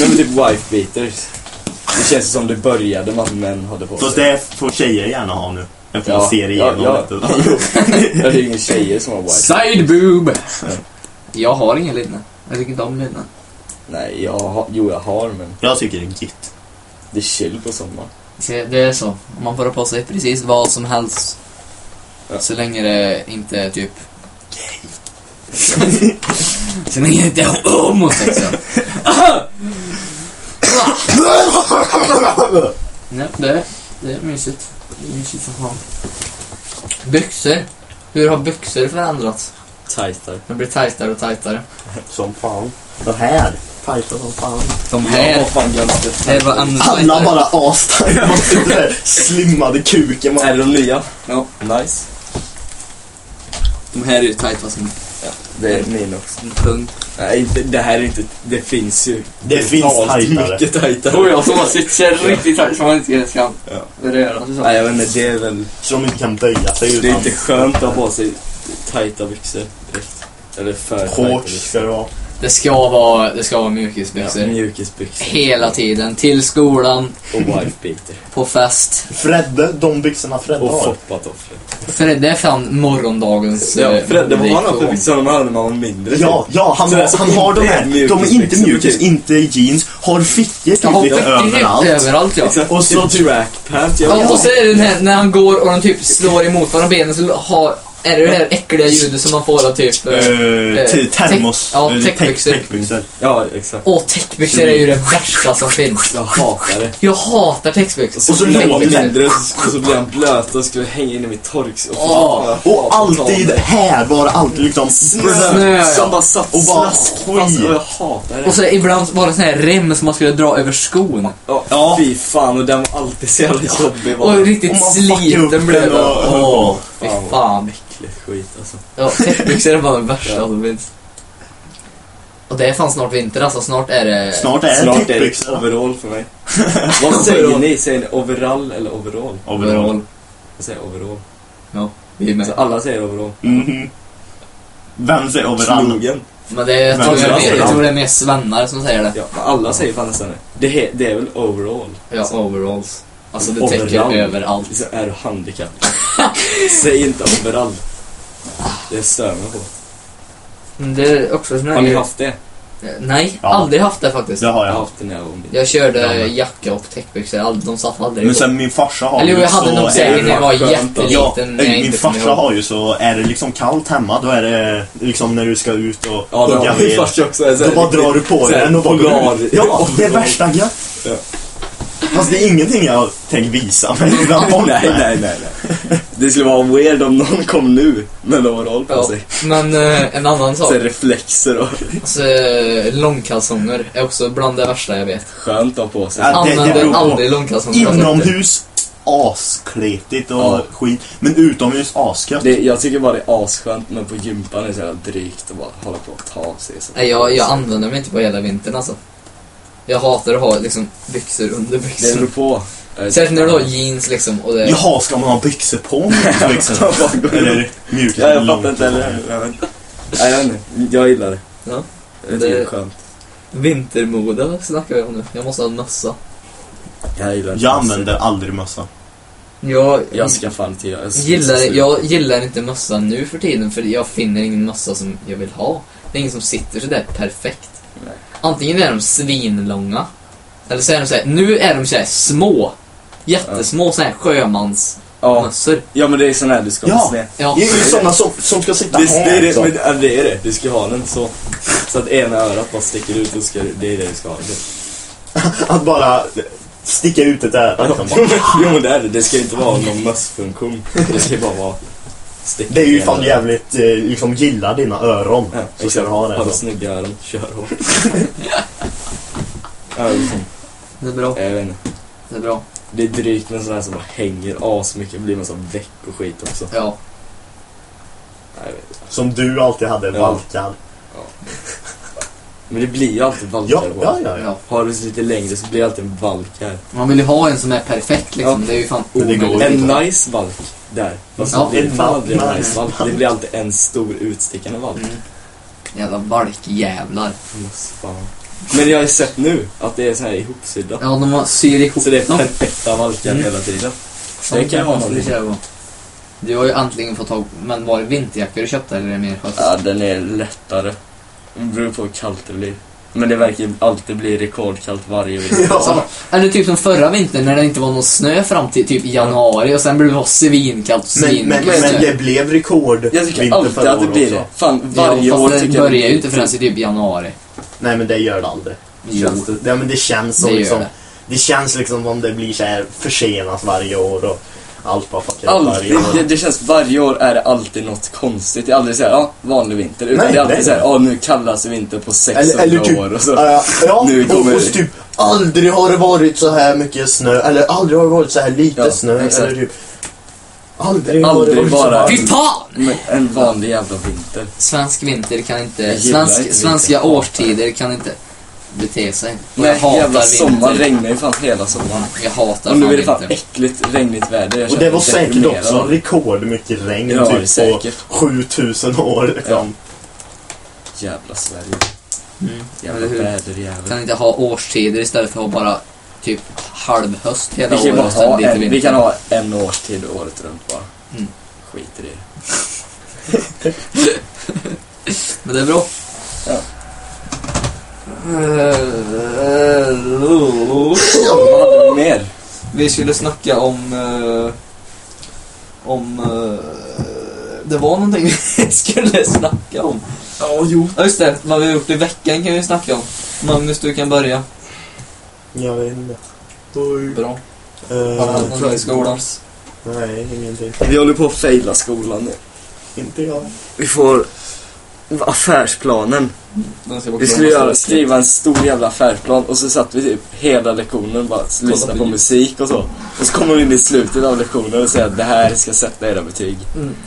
S2: Nej men typ wife beaters. Det känns som det började med att män hade på
S3: Fast
S2: sig.
S3: det får tjejer gärna ha nu. Efter
S2: Ja,
S3: man ser igenom
S2: ja,
S3: det.
S2: ja. Jag tycker ingen tjejer som har wife.
S1: Side boob! Jag har ingen linne. Jag tycker inte om linne.
S2: Nej, jag har, jo jag har men
S3: Jag tycker det är gitt.
S2: det är chill på sommaren.
S1: Se, Det är så. Man får ha på sig precis vad som helst.
S2: Ja.
S1: Så länge det inte är typ... Gay. så länge det inte är homosexuellt. Nej, det, det är mysigt. Det är mysigt som fan. Byxor. Hur har byxor förändrats?
S2: Tightar.
S1: De blir tajtare och tajtare.
S5: Som fan.
S3: Det här. Tajta som fan.
S1: De
S2: Jag har
S1: här.
S2: fan ganska
S1: Det här var ännu
S3: Alla
S1: tajtare.
S3: bara astajta. Man sitter där, slimmade kuken. Man...
S2: Är de nya? Ja, nice.
S1: De här är ju tajta som
S2: Det är min också.
S1: en pung.
S2: Nej, inte, det här är inte... Det finns ju...
S3: Det finns
S2: brutalt
S3: tajtare.
S2: mycket tajtare.
S1: jag som har alltså, sitter riktigt tajt som man inte ska röra sig så.
S2: Nej, jag vet inte, det är väl...
S3: Så de inte kan böja sig
S2: Det
S3: utan
S2: är inte skönt att ha på sig tajta byxor direkt. Eller för tajta
S3: shorts
S2: byxor.
S3: ska det vara.
S1: Det ska vara, det ska vara
S2: Ja,
S1: mjukisbyxor.
S2: mjukisbyxor.
S1: Hela tiden. Till skolan,
S2: Och wife-beater.
S1: på fest.
S3: Fredde, de byxorna Fredde
S2: Och
S3: har.
S2: foppatofflor.
S1: Fredde är fan morgondagens...
S2: Ja,
S1: eh,
S2: Fredde, vad har han för
S1: ikon.
S2: byxor han hade när man var mindre?
S3: Ja, ja han,
S2: Så det är så
S3: han har de
S2: inte
S3: här.
S2: mjukis-
S3: De är inte
S2: byxor,
S3: mjukis,
S2: okej.
S3: inte jeans. Har fickor
S1: Jag har
S3: typ lite
S1: skit i
S3: överallt.
S1: överallt ja.
S2: Exakt.
S3: Och så-
S2: Typ trackpants. Jag
S1: Ja,
S2: vet
S1: och så
S2: inte.
S1: är det när, när han går och de typ slår emot varandra benen så har Är det det här äckliga ljudet som man får av typ... eh,
S5: Eh,
S1: eh,
S3: Till
S1: tech-
S3: termos.
S1: Ja,
S5: eller tech-
S1: täckbyxor.
S5: Täckbyxor.
S2: Ja, exakt.
S1: Åh, täckbyxor är ju det värsta som finns.
S2: Jag hatar det.
S1: Jag hatar täckbyxor.
S3: Och så
S1: Täckbyxor.
S3: låter det.
S2: Mindre, och så blir han blöt och skulle hänga in i mitt torks. Och,
S1: Åh,
S3: Och alltid här var alltid liksom...
S1: Snö, ja.
S2: Snö! Som bara satt
S3: Och bara
S2: slaskigt. Alltså,
S3: skit.
S2: jag hatar det.
S1: Och så ibland var det sån här rem som man skulle dra över skon.
S2: Ja,
S3: Ja.
S2: fy fan. Och den var alltid så jävla jobbig.
S1: Och
S2: Bara.
S1: riktigt
S3: Om man fuckar upp
S1: sliten blev
S3: den
S1: den.
S3: och-
S1: Åh, fy
S2: Fan, vad-
S1: fan.
S2: Äckligt skit alltså.
S1: Ja, täckbyxor är bara det värsta
S2: Ja.
S1: som finns. Och det är fan snart vinter alltså, snart är det...
S3: Snart är det
S2: Snart är det
S3: täckbyxor.
S2: overall för mig. Vad säger ni? Säger ni overall eller overall?
S3: Overall.
S2: Jag säger overall.
S1: Vi är
S2: Så
S1: med.
S2: alla säger overall.
S3: Mhm. Vem säger overall?
S2: Knogen.
S1: Men det är, jag,
S3: Men
S1: tror
S3: det är alltså-
S1: jag, jag
S3: bra.
S1: tror det är mer svennar som säger det.
S2: Ja, men alla säger fan nästan det. Det, he- det är väl overall?
S1: Ja, overalls. Alltså det
S2: Overall.
S1: täcker överallt.
S2: Liksom, är du handikappad? Säg inte overall. Det stör mig på.
S1: Men Mm, Det är också sån här
S2: Har ni
S1: grej-
S2: haft det?
S1: Nej,
S3: Ja.
S1: aldrig haft det faktiskt.
S3: Det har
S2: Jag har
S3: jag.
S2: haft det när jag var ung.
S1: Jag körde
S3: Ja, men-
S1: jacka och täckbyxor, ald- de satt aldrig
S3: Men
S1: ihop.
S3: sen min farsa har
S1: Eller jo,
S3: ju
S1: jag hade
S3: så
S1: nog säkert när jag var
S2: skönt att-
S1: jätteliten.
S3: Ja,
S1: när jag
S3: min
S1: inte kommer
S3: farsa
S1: ihåg.
S3: har ju så, är det liksom kallt hemma då är det liksom när du ska ut och
S2: Ja, det
S3: hugga
S2: har min
S3: ved.
S2: farsa också. Så här
S3: Då bara
S2: riktigt-
S3: drar du på
S2: så här
S3: den och bara går
S2: polar-
S3: ut. Ja, det är
S2: overall.
S3: värsta gött.
S2: Ja.
S3: Fast det är ingenting jag tänker visa mig bland folk.
S2: Nej, nej, nej, nej. Det skulle vara weird om någon kom nu med overall på
S1: Ja,
S2: sig.
S1: men eh, en annan sak.
S2: Så här reflexer och
S1: Alltså, eh, långkalsonger är också bland det värsta jag vet.
S2: skönt att ha på sig.
S3: Ja, det- det
S1: Använder
S3: beror på.
S1: aldrig långkalsonger. Jag har sett det.
S3: Inomhus askletigt och
S2: Ja.
S3: skit. Men utomhus asgött.
S2: Det, jag tycker bara det är asskönt, men på gympan är det så jävla drygt att bara hålla på och ta av sig. Så.
S1: Nej, jag, jag använder mig inte på hela vintern alltså. Jag hatar att ha liksom byxor under
S2: det beror
S1: byxor.
S2: på.
S1: Särskilt när du har jeans liksom och det...
S3: Jaha, ska man ha byxor på mjukisbyxor?
S2: Vad går det?
S3: Eller mjuka
S2: Ja,
S3: eller
S2: jag fattar inte
S3: långa?
S2: heller. Jag vet inte. Nej, jag, vet inte. jag gillar det.
S1: Ja.
S2: Jag tycker det
S1: Det-
S2: är typ skönt.
S1: Vintermode snackar vi om nu. Jag måste ha en mössa.
S2: Jag gillar det.
S3: Jag använder aldrig mössa.
S1: Jag,
S2: Jag ska fan till... Jag ska-
S1: gillar, jag gillar inte mössa nu för tiden för jag finner ingen mössa som jag vill ha. Det är ingen som sitter sådär perfekt.
S2: Nej.
S1: Antingen är de svinlånga. Eller så är de såhär, nu är de såhär små. Jättesmå såhär sjömansmössor.
S2: Ja. ja, men det är sån här du ska
S3: Ja.
S2: ha sned.
S1: Ja.
S3: Det är ju sådana som, som ska sitta
S2: Det, det, är det,
S3: så.
S2: men, ja, det är det. Du ska ha den så. Så att ena örat bara sticker ut. Och ska, det är det du ska ha. Det.
S3: Att bara sticka ut ett öra. liksom bara.
S2: Jo, men det är det. Det ska inte vara någon mössfunktion. Det ska bara vara... stick
S3: Det är ju
S2: ena
S3: ifall
S2: örat.
S3: du jävligt eh, liksom gillar dina öron
S2: Ja,
S3: så ska du ha
S2: Har
S3: det.
S2: du
S3: Alltså.
S2: snygga öron, kör hårt. ja, liksom.
S1: Det är bra,
S2: jag vet inte.
S1: det är bra.
S2: Det är drygt med sådana här som bara hänger asmycket. Blir massa veck och skit också.
S1: Ja.
S2: Nej, jag vet inte.
S3: Som du alltid hade,
S2: Ja.
S3: valkar.
S2: Men det blir ju alltid
S3: Ja,
S2: valkar på.
S3: ja, ja. ja.
S1: ja.
S2: Har du lite längre så blir det alltid en valk här.
S1: Man vill ju ha en som är perfekt liksom.
S2: Ja.
S1: Det är ju fan
S3: Men det går
S1: omöjligt.
S2: En nice valk där. Fast
S1: Ja,
S2: det blir
S3: en
S2: fan aldrig en
S3: valk.
S2: nice valk. Det blir alltid en stor utstickande valk.
S1: Mm. Jävla valkjävlar.
S2: Mm. Fan. Men jag har ju sett nu att det är så här ihopsydda.
S1: Ja, de har syr ihop
S2: Så det är
S1: dem.
S2: perfekta valkar
S1: Mm.
S2: hela tiden.
S1: Ja,
S2: Det kan ju vara
S1: måste vi
S2: någonting.
S1: köra på. Du har ju antingen fått tag men var det vinterjackor du köpte eller är det mer höst?
S2: Ja, den är lättare. Det beror på hur kallt det blir. Men det verkar ju alltid bli rekordkallt varje vinter.
S1: Alltså, eller typ som förra vintern när det inte var någon snö fram till typ januari och sen blev det svinkallt och
S3: Men, men,
S1: svinmycket
S3: men
S1: snö.
S3: det blev rekord
S2: Jag tycker
S3: vinter
S2: alltid
S3: förra
S2: att det
S3: året
S2: blir
S3: också.
S2: det. Fan,
S1: Ja,
S2: varje år
S1: fast
S2: tycker
S1: det
S2: jag
S1: börjar ju
S2: blir
S1: inte förrän i typ januari.
S3: Nej men det gör det aldrig.
S1: Jo.
S3: Känns det, ja, men det känns som
S1: Det gör
S3: liksom,
S1: det.
S3: det känns liksom som det blir så här försenat varje år och allt bara fuckat varje
S2: Alltid. Det,
S3: år.
S2: det känns varje år är det alltid något konstigt. Det är aldrig såhär, ja, vanlig vinter. Utan
S3: Nej,
S2: det är alltid
S3: nej. typ-
S2: såhär, ja nu kallas vinter på 600 år och så.
S3: ja, ja,
S2: Nu
S3: och,
S2: kommer-
S3: och så typ aldrig har det varit så här mycket snö eller aldrig har det varit så här lite
S2: Ja,
S3: snö
S2: exakt.
S3: eller typ Aldrig,
S2: Aldrig
S3: har det varit så
S2: bara-
S3: här.
S1: Fy fan!
S2: Men en vanlig jävla vinter.
S1: Svensk vinter kan inte,
S2: Jag gillar
S1: svensk,
S2: inte
S1: svenska
S2: vinter.
S1: årstider kan inte bete sig. Och jag
S2: Nej,
S1: hatar
S2: jävla sommar
S1: vinter.
S2: regnar ju fan hela sommaren.
S1: Jag hatar
S2: Och nu är det
S1: fan
S2: fan
S1: vinter.
S2: äckligt regnigt väder. Jag
S3: Och det
S2: känner
S3: var
S2: mig
S3: säkert
S2: deprimerad.
S3: också rekordmycket regn
S2: Ja,
S3: typ
S2: säkert.
S3: på 7000 år liksom.
S2: Jävla Sverige.
S1: Mm.
S2: Jävla
S1: Eller hur?
S2: väderjävel.
S1: Kan inte ha årstider istället för att ha bara typ halvhöst hela
S2: Vi kan, ju
S1: året.
S2: bara
S1: och sen
S2: ha
S1: lite
S2: en, vi
S1: vinter.
S2: kan ha en årstid året runt bara.
S1: Mm.
S2: Skit i det.
S1: Men det är bra.
S2: Ja.
S1: Eh, oh.
S2: Vad hade vi mer?
S1: Vi skulle snacka om... eh, om... eh,
S6: det var någonting vi skulle snacka om.
S2: Ja, jo.
S6: Ja, just det. Vad vi har gjort i veckan kan vi snacka om. Magnus, du kan börja.
S3: Jag vet inte. Oj.
S6: Bra.
S3: Eh,
S6: Någonting i skolan.
S3: nej, ingenting.
S2: Vi håller på att faila skolan nu.
S3: Inte jag.
S2: Vi får affärsplanen.
S6: Den ska vara
S2: Vi
S6: klar nästa
S2: skulle göra,
S6: vecka.
S2: alltså, skriva en stor jävla affärsplan och så satt vi typ hela lektionen bara och lyssnade på
S6: video.
S2: musik och så. Och så kommer vi in i slutet av lektionen och säger att det här ska sätta era betyg.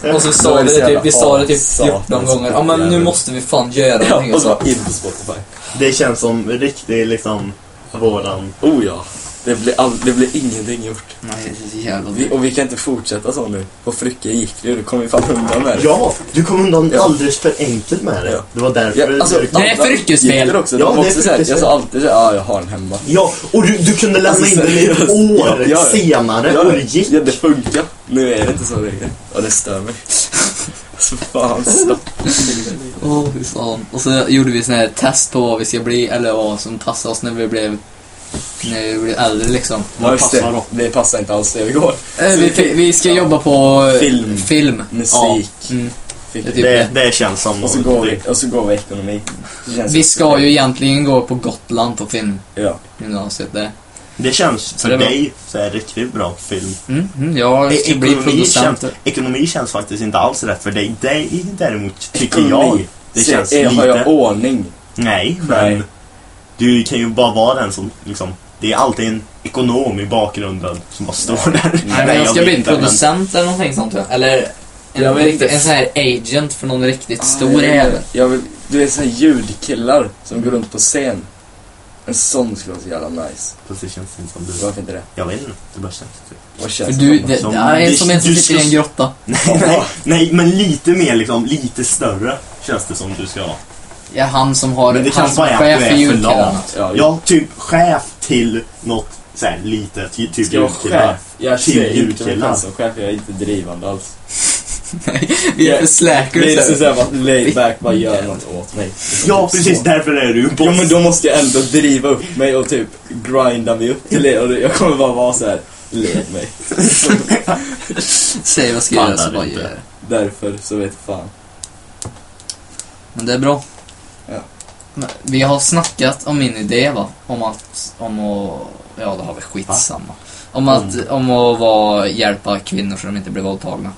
S3: Eh,
S6: Och så
S2: Då
S6: sa
S2: är
S6: vi
S2: det så
S6: det typ,
S2: jävla
S6: vi sa det typ
S2: satans
S6: 14 gånger. Ja men nu
S2: jävel.
S6: måste vi fan göra
S2: Ja,
S6: någonting. alltså.
S2: och
S6: Så.
S2: så bara in på Spotify.
S3: Det känns som riktig liksom våran...
S2: Oh ja, det blir, all, det blir ingenting gjort.
S1: Nej, det är så jävla
S2: Vi, och vi kan inte fortsätta så nu. På Frycke gick det ju, då kom vi fan undan med det.
S3: Ja, du kom undan
S2: Ja.
S3: alldeles för enkelt med det.
S2: Ja.
S3: Det var därför...
S2: Ja, alltså,
S3: du-
S1: Det är
S2: alla
S1: Fryckespel.
S2: gick det Också.
S3: Ja,
S2: Ja,
S3: det är
S2: också så här, jag
S3: Fryckespel.
S2: sa alltid såhär, ja jag har den hemma.
S3: Ja, och du, du kunde lämna
S2: Alltså,
S3: in den ett
S2: seriöst.
S3: år
S2: Ja, ja, ja.
S3: senare
S2: Ja,
S3: och det gick.
S2: Ja, det funkar. Nu är det inte så längre. Ja, det stör mig. Alltså fan, stopp.
S1: Åh, fy fan. Och så gjorde vi sån här test på vad vi ska bli, eller vad som passade oss när vi blev, när vi blev äldre liksom.
S2: Ja, just
S7: passar
S2: det.
S7: då?
S2: det passar inte alls det vi går.
S1: Eh,
S2: Så
S1: vi, fi- vi ska
S2: ja.
S1: jobba på eh,
S2: Film.
S1: film.
S2: Musik.
S1: Ja. Mm.
S2: Film.
S1: Det är typ
S3: Det,
S1: det.
S3: det känns som...
S2: Och så går vi, och så går vi ekonomi. Det känns
S1: Vi ska ju egentligen gå på Gotland på
S2: Ja.
S1: filmgymnasiet. Det.
S3: Det känns för
S1: Det var-
S3: dig så är det riktigt bra film.
S1: Mm, mm, jag ska bli
S3: Ekonomi
S1: producent.
S3: känns, ekonomi känns faktiskt inte alls rätt för dig. Det är däremot tycker
S2: Ekonomi.
S3: jag. Det
S2: Så
S3: känns
S2: är,
S3: lite...
S2: Har jag ordning?
S3: Nej, men
S2: Nej.
S3: du kan ju bara vara den som liksom... Det är alltid en ekonom i bakgrunden som bara står där.
S1: Nej, men jag ska
S3: vet
S1: bli en
S3: inte, men-
S1: producent eller någonting sånt tror jag. Eller en,
S2: Jag vet
S1: riktig-
S2: inte. Ah,
S1: en sån här agent för någon riktigt
S2: jag
S1: stor
S2: vill-
S1: jävel.
S2: Jag vill, du är såna här ljudkillar som går runt på scen. En sån skulle vara så jävla nice.
S3: Fast det känns inte som du.
S2: Varför inte det?
S3: Jag vet inte. Det bara känns typ.
S2: Vad
S1: För
S2: känns
S1: du,
S2: det
S1: det,
S3: som-
S1: nej, en som
S3: du-
S1: en som
S3: du
S1: sitter i en
S3: ska-
S1: grotta.
S3: nej, nej, men lite mer liksom, lite större känns det som du ska vara.
S1: Ja, han som har,
S3: Men det
S1: han
S3: känns
S1: som
S3: bara
S1: är
S3: att du
S1: chef för
S3: är för
S1: ljudkillarna.
S3: lat.
S2: Ja,
S3: Ja, typ chef till något så här litet, ty- typ
S2: Ska jag vara
S3: ljudkillar.
S2: chef? Jag
S3: Till
S2: ser inte mig
S3: ljudkillar.
S2: själv som chef, jag är inte drivande alls.
S1: Vi är för
S2: Ja. Det är så
S1: slackers.
S2: såhär bara laid back, bara gör något åt mig.
S3: Ja, precis. Därför är du ju boss.
S2: Jo men då måste jag ändå driva upp mig och typ grinda mig upp till det och jag kommer bara vara så här. led mig. Så,
S1: Säg vad jag ska
S3: Pallar
S1: göra så bara
S3: inte.
S1: gör jag det.
S2: därför så vet fan.
S1: Men det är bra.
S2: Ja.
S1: Men vi har snackat om min idé va? Om att, om att, ja det har vi skitsamma. Om att, om att vara, hjälpa kvinnor så de inte blir våldtagna.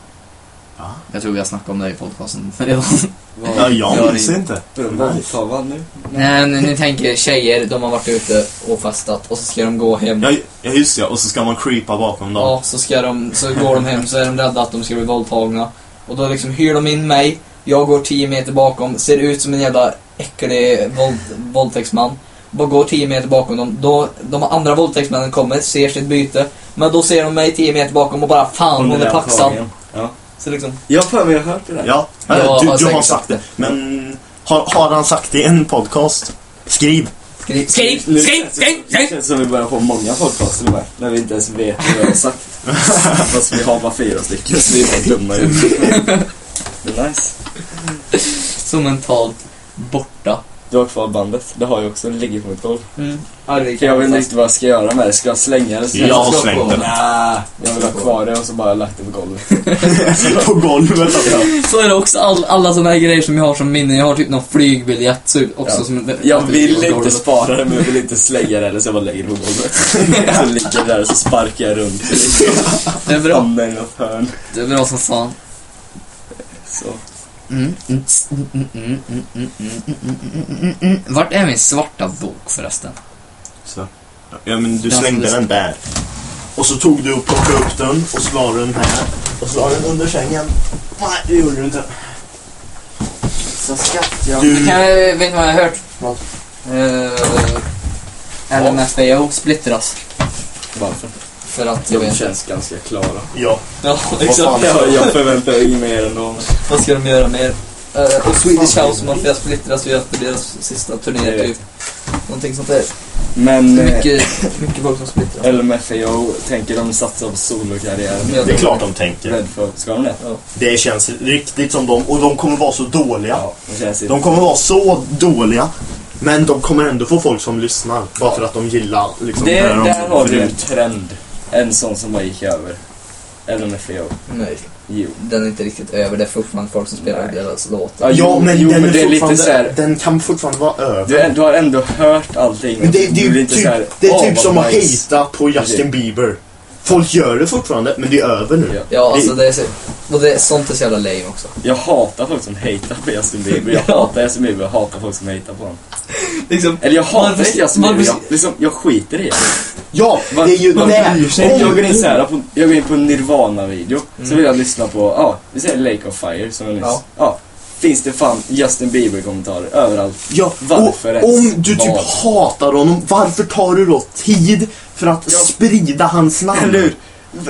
S3: Va?
S1: Jag tror vi har snackat om det i podcasten redan.
S2: Vad-
S3: Ja, jag minns
S2: det-
S3: inte.
S2: Vadå,
S3: Nice.
S2: Våldtar man nu?
S1: Nej, ni, ni tänker tjejer, de har varit ute och festat och så ska de gå hem.
S3: Ja, ja, just ja. Och så ska man creepa bakom dem.
S6: Ja, så, ska de, så går de hem så är de rädda att de ska bli våldtagna. Och då liksom hyr de in mig, jag går 10 meter bakom, ser ut som en jävla äcklig våld, våldtäktsman. Bara går 10 meter bakom dem. Då, de andra våldtäktsmännen kommer, ser sitt byte. Men då ser de mig 10 meter bakom och bara fan hon är paxad.
S2: Ja.
S6: Så liksom,
S2: Jag har för mig jag har hört det där.
S3: Ja,
S1: Ja,
S3: du,
S1: har
S3: du har
S1: säkert
S3: sagt det. Men har, har han sagt det i en podcast? Skriv.
S6: skri-
S1: Skriv,
S2: Nu
S1: skriv,
S2: känns det-
S1: skriv,
S2: Det
S1: skriv!
S2: känns som vi börjar få många podcaster med, när vi inte ens vet vad vi har sagt. Fast vi har bara fyra stycken, så vi är bara dumma i huvudet. Det är nice.
S1: Så mentalt borta.
S2: Du har kvar bandet, det har jag också, det ligger på mitt golv.
S6: Arvika.
S2: För jag vet inte vad jag ska göra med det, ska jag slänga det? Ska
S3: Jag har
S2: ska-
S3: slängt det.
S2: Nä, jag vill ha kvar det och så bara lagt det på golvet.
S3: På golvet.
S1: Så är det också all, alla såna här grejer som jag har som minne. Jag har typ någon flygbiljett så också
S2: Ja.
S1: som...
S2: Jag vill inte spara det men jag vill inte slänga det heller så jag bara lägger det på golvet. Så ligger det där och så sparkar jag runt.
S1: Det är bra.
S2: Hamnar i något hörn.
S1: Det är bra som fan.
S2: Så.
S1: Mm, mm, mm, mm, mm, mm, mm, mm, mm, mm, mm, mm. Vart är min svarta bok förresten?
S3: Så. Ja, men du
S1: Ja,
S3: slängde
S1: det-
S3: den där. Och så tog du och plockade upp den och så la du den här. Och så la den under sängen. Nej, det gjorde du inte.
S2: Så skatt jag.
S3: Du...
S1: Kan jag, vet ni vad jag har hört?
S3: Vad?
S1: Uh, LMFAO splittras.
S2: Varför?
S1: För att jag
S2: De
S1: vet
S2: känns ganska klara.
S3: Ja.
S6: Ja,
S3: Vad
S6: exakt.
S3: fan.
S2: Jag, jag förväntar mig inget mer än dem.
S6: Vad ska de göra mer? Eh, och Swedish House Mafia splittras ju efter deras sista
S2: Jag
S6: turné
S2: vet.
S6: typ. Någonting sånt där.
S2: Men eh,
S6: Mycket, mycket folk som splittras.
S2: LMFAO, tänker de satsa på solokarriären?
S6: Ja.
S3: Det är klart de tänker.
S2: Rädd för, ska de det?
S3: Det känns riktigt som dem. Och de kommer vara så dåliga.
S2: de känns inte.
S3: De kommer vara så dåliga. Men de kommer ändå få folk som lyssnar. Bara för att de gillar liksom
S2: Det,
S3: de-
S2: där har du en trend. En sån som bara gick över. LMFAO.
S6: Nej.
S2: Jo.
S1: Den är inte riktigt över. Det är fortfarande folk som spelar
S2: Nej.
S1: deras låtar.
S2: Ja, jo, men, jo,
S3: den,
S2: men
S3: är
S2: det är lite
S3: fortfarande-
S2: så här.
S3: den kan fortfarande vara över.
S2: Du, är- du har ändå hört allting.
S3: Men det, det,
S2: Du
S3: är
S2: blir
S3: ju
S2: inte
S3: typ,
S2: så här,
S3: det är
S2: "Åh,
S3: typ
S2: vad
S3: som att
S2: nice."
S3: hejta på Justin Bieber. Folk gör det fortfarande, men det är över nu.
S2: Ja.
S1: Ja, alltså det är så, och det, sånt är så jävla lame också.
S2: Jag hatar folk som hatar på Justin Bieber. Jag
S1: Ja.
S2: hatar Justin Bieber och hatar folk som hatar på honom.
S1: Liksom,
S2: Eller jag
S1: Man
S2: hatar inte
S1: förstår-
S2: Justin
S1: man
S2: Bieber. Jag,
S1: förstår-
S2: liksom, jag skiter i det.
S3: Ja,
S2: Man-
S3: det är ju
S2: man
S3: det.
S2: bryr sig inte. Jag går in så här på, jag går in på en Nirvana-video,
S3: Mm.
S2: så vill jag lyssna på, ja, vi säger Lake of Fire som jag nyss. Ja.
S1: Ja.
S2: Finns det fan Justin Bieber-kommentarer överallt?
S3: Ja,
S2: Varför
S3: och,
S2: ens?
S3: om du typ
S2: Vad?
S3: hatar honom, varför tar du då tid för att
S2: Ja.
S3: sprida hans namn?
S2: Eller hur?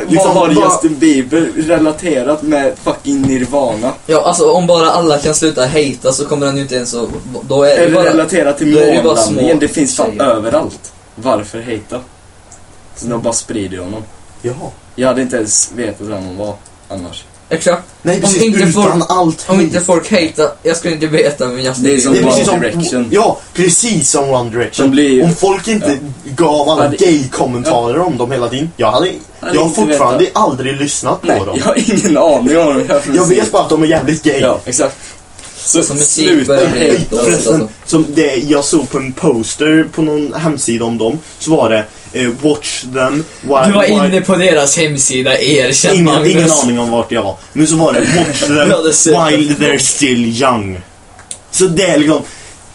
S3: Liksom,
S2: vad har
S3: vad-
S2: Justin Bieber relaterat med fucking Nirvana?
S1: ja, alltså om bara alla kan sluta hejta så kommer den ju inte ens att... Då är det
S2: Eller
S1: bara...
S2: relaterat till
S1: då är det ju bara små
S2: månlandningen? Det finns fan
S1: tjejer.
S2: överallt. Varför hejta? Så de bara sprider honom.
S3: Ja.
S2: Jag hade inte ens vetat vem hon var annars.
S1: Exakt.
S3: Nej,
S1: Om
S3: precis.
S1: inte
S3: utan
S1: folk-
S3: allt
S1: Om
S3: hejt.
S1: inte folk hejtar, jag skulle inte veta men Justin
S2: Det är som
S3: det är
S1: Bieber-
S2: One
S3: precis som,
S2: Direction.
S3: Ja, precis som One Direction.
S2: De blir ju-
S3: Om folk inte gav alla
S2: Ja, det-
S3: gay-kommentarer om dem hela tiden. Jag, hade,
S2: hade
S3: jag har
S2: inte
S3: fortfarande aldrig lyssnat på
S2: Nej,
S3: dem.
S2: jag har ingen aning om vad jag för
S3: Jag
S2: musik.
S3: vet bara att de är jävligt gay.
S2: Ja, exakt. Så,
S1: Som Alltså, musik
S2: sluta
S1: börjar bli-
S2: hejta.
S1: Ja,
S3: Förresten,
S1: alltså.
S3: som det jag såg på en poster på någon hemsida om dem, så var det eh, Watch them while...
S1: Du var
S3: while-
S1: inne på deras hemsida, erkänn
S3: Ingen,
S1: Magnus.
S3: ingen aning om vart jag var. Men så var det Watch them
S1: Ja, det ser jag.
S3: while they're still young. Så det är liksom...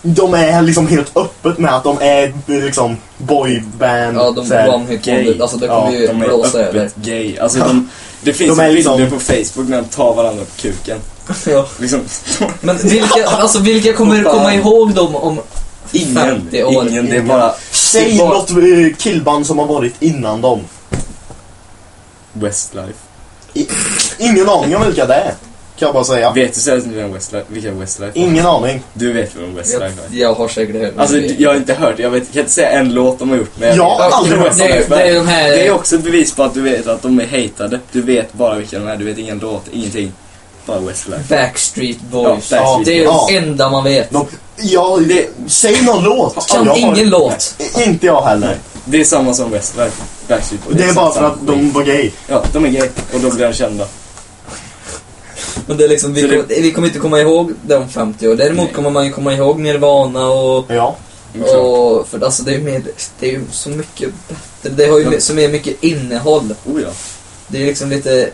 S3: De är liksom helt öppet med att de är liksom boyband.
S1: Ja, de
S3: så här,
S1: one-hit alltså det kommer
S3: Ja,
S1: ju
S2: De är
S1: blåsa över.
S2: öppet gay. Alltså, de, det finns
S3: De är
S2: bilder
S3: liksom-
S2: på Facebook när de tar varandra på kuken.
S1: Ja.
S2: Liksom,
S1: Men vilka, alltså vilka kommer
S2: Fan.
S1: komma ihåg dem om...
S2: ingen.
S1: 50 år.
S2: Ingen. Det är bara... det
S3: Säg
S2: är bara
S3: något eh, killband som har varit innan dem.
S2: Westlife.
S3: I, ingen aning om vilka det är. Kan jag bara säga.
S2: Vet du seriöst inte vem Westlife, vilka Westlife är?
S3: Ingen aning.
S2: Du vet vem
S1: Jag,
S2: Westlife är.
S1: jag har säkert hört
S2: Alltså, d- jag har inte hört, jag vet, jag kan inte säga en låt de har gjort. Men
S3: Jag har
S2: vet
S3: aldrig
S2: vilka
S3: hört
S1: det,
S2: Westlife
S1: är- det är
S2: är.
S1: de här...
S2: Det är också ett bevis på att du vet att de är hatade. Du vet bara vilka de är, du vet ingen låt, ingenting. Bara Westlife.
S1: Backstreet Boys.
S2: Ja, Backstreet
S1: det är
S3: Boys.
S1: det enda man vet.
S3: De, ja, det, säg någon låt.
S1: Kan
S3: Jag har-
S1: ingen låt.
S3: Inte jag heller.
S2: Det är samma som Westlife. Backstreet Boys.
S3: Det är bara för
S2: samma
S3: att de var gay.
S2: Ja, de är gay och då blir de kända.
S1: Men det är liksom,
S2: Så
S1: vi,
S2: det-
S1: kommer- vi kommer inte komma ihåg de 50 år. Däremot
S2: Nej.
S1: kommer man ju komma ihåg Nirvana och...
S3: Ja.
S1: och för alltså det är ju mer, det är ju så mycket bättre. Det har ju
S2: Ja.
S1: mer- så mer mycket innehåll.
S2: Oh ja.
S1: Det är ju liksom lite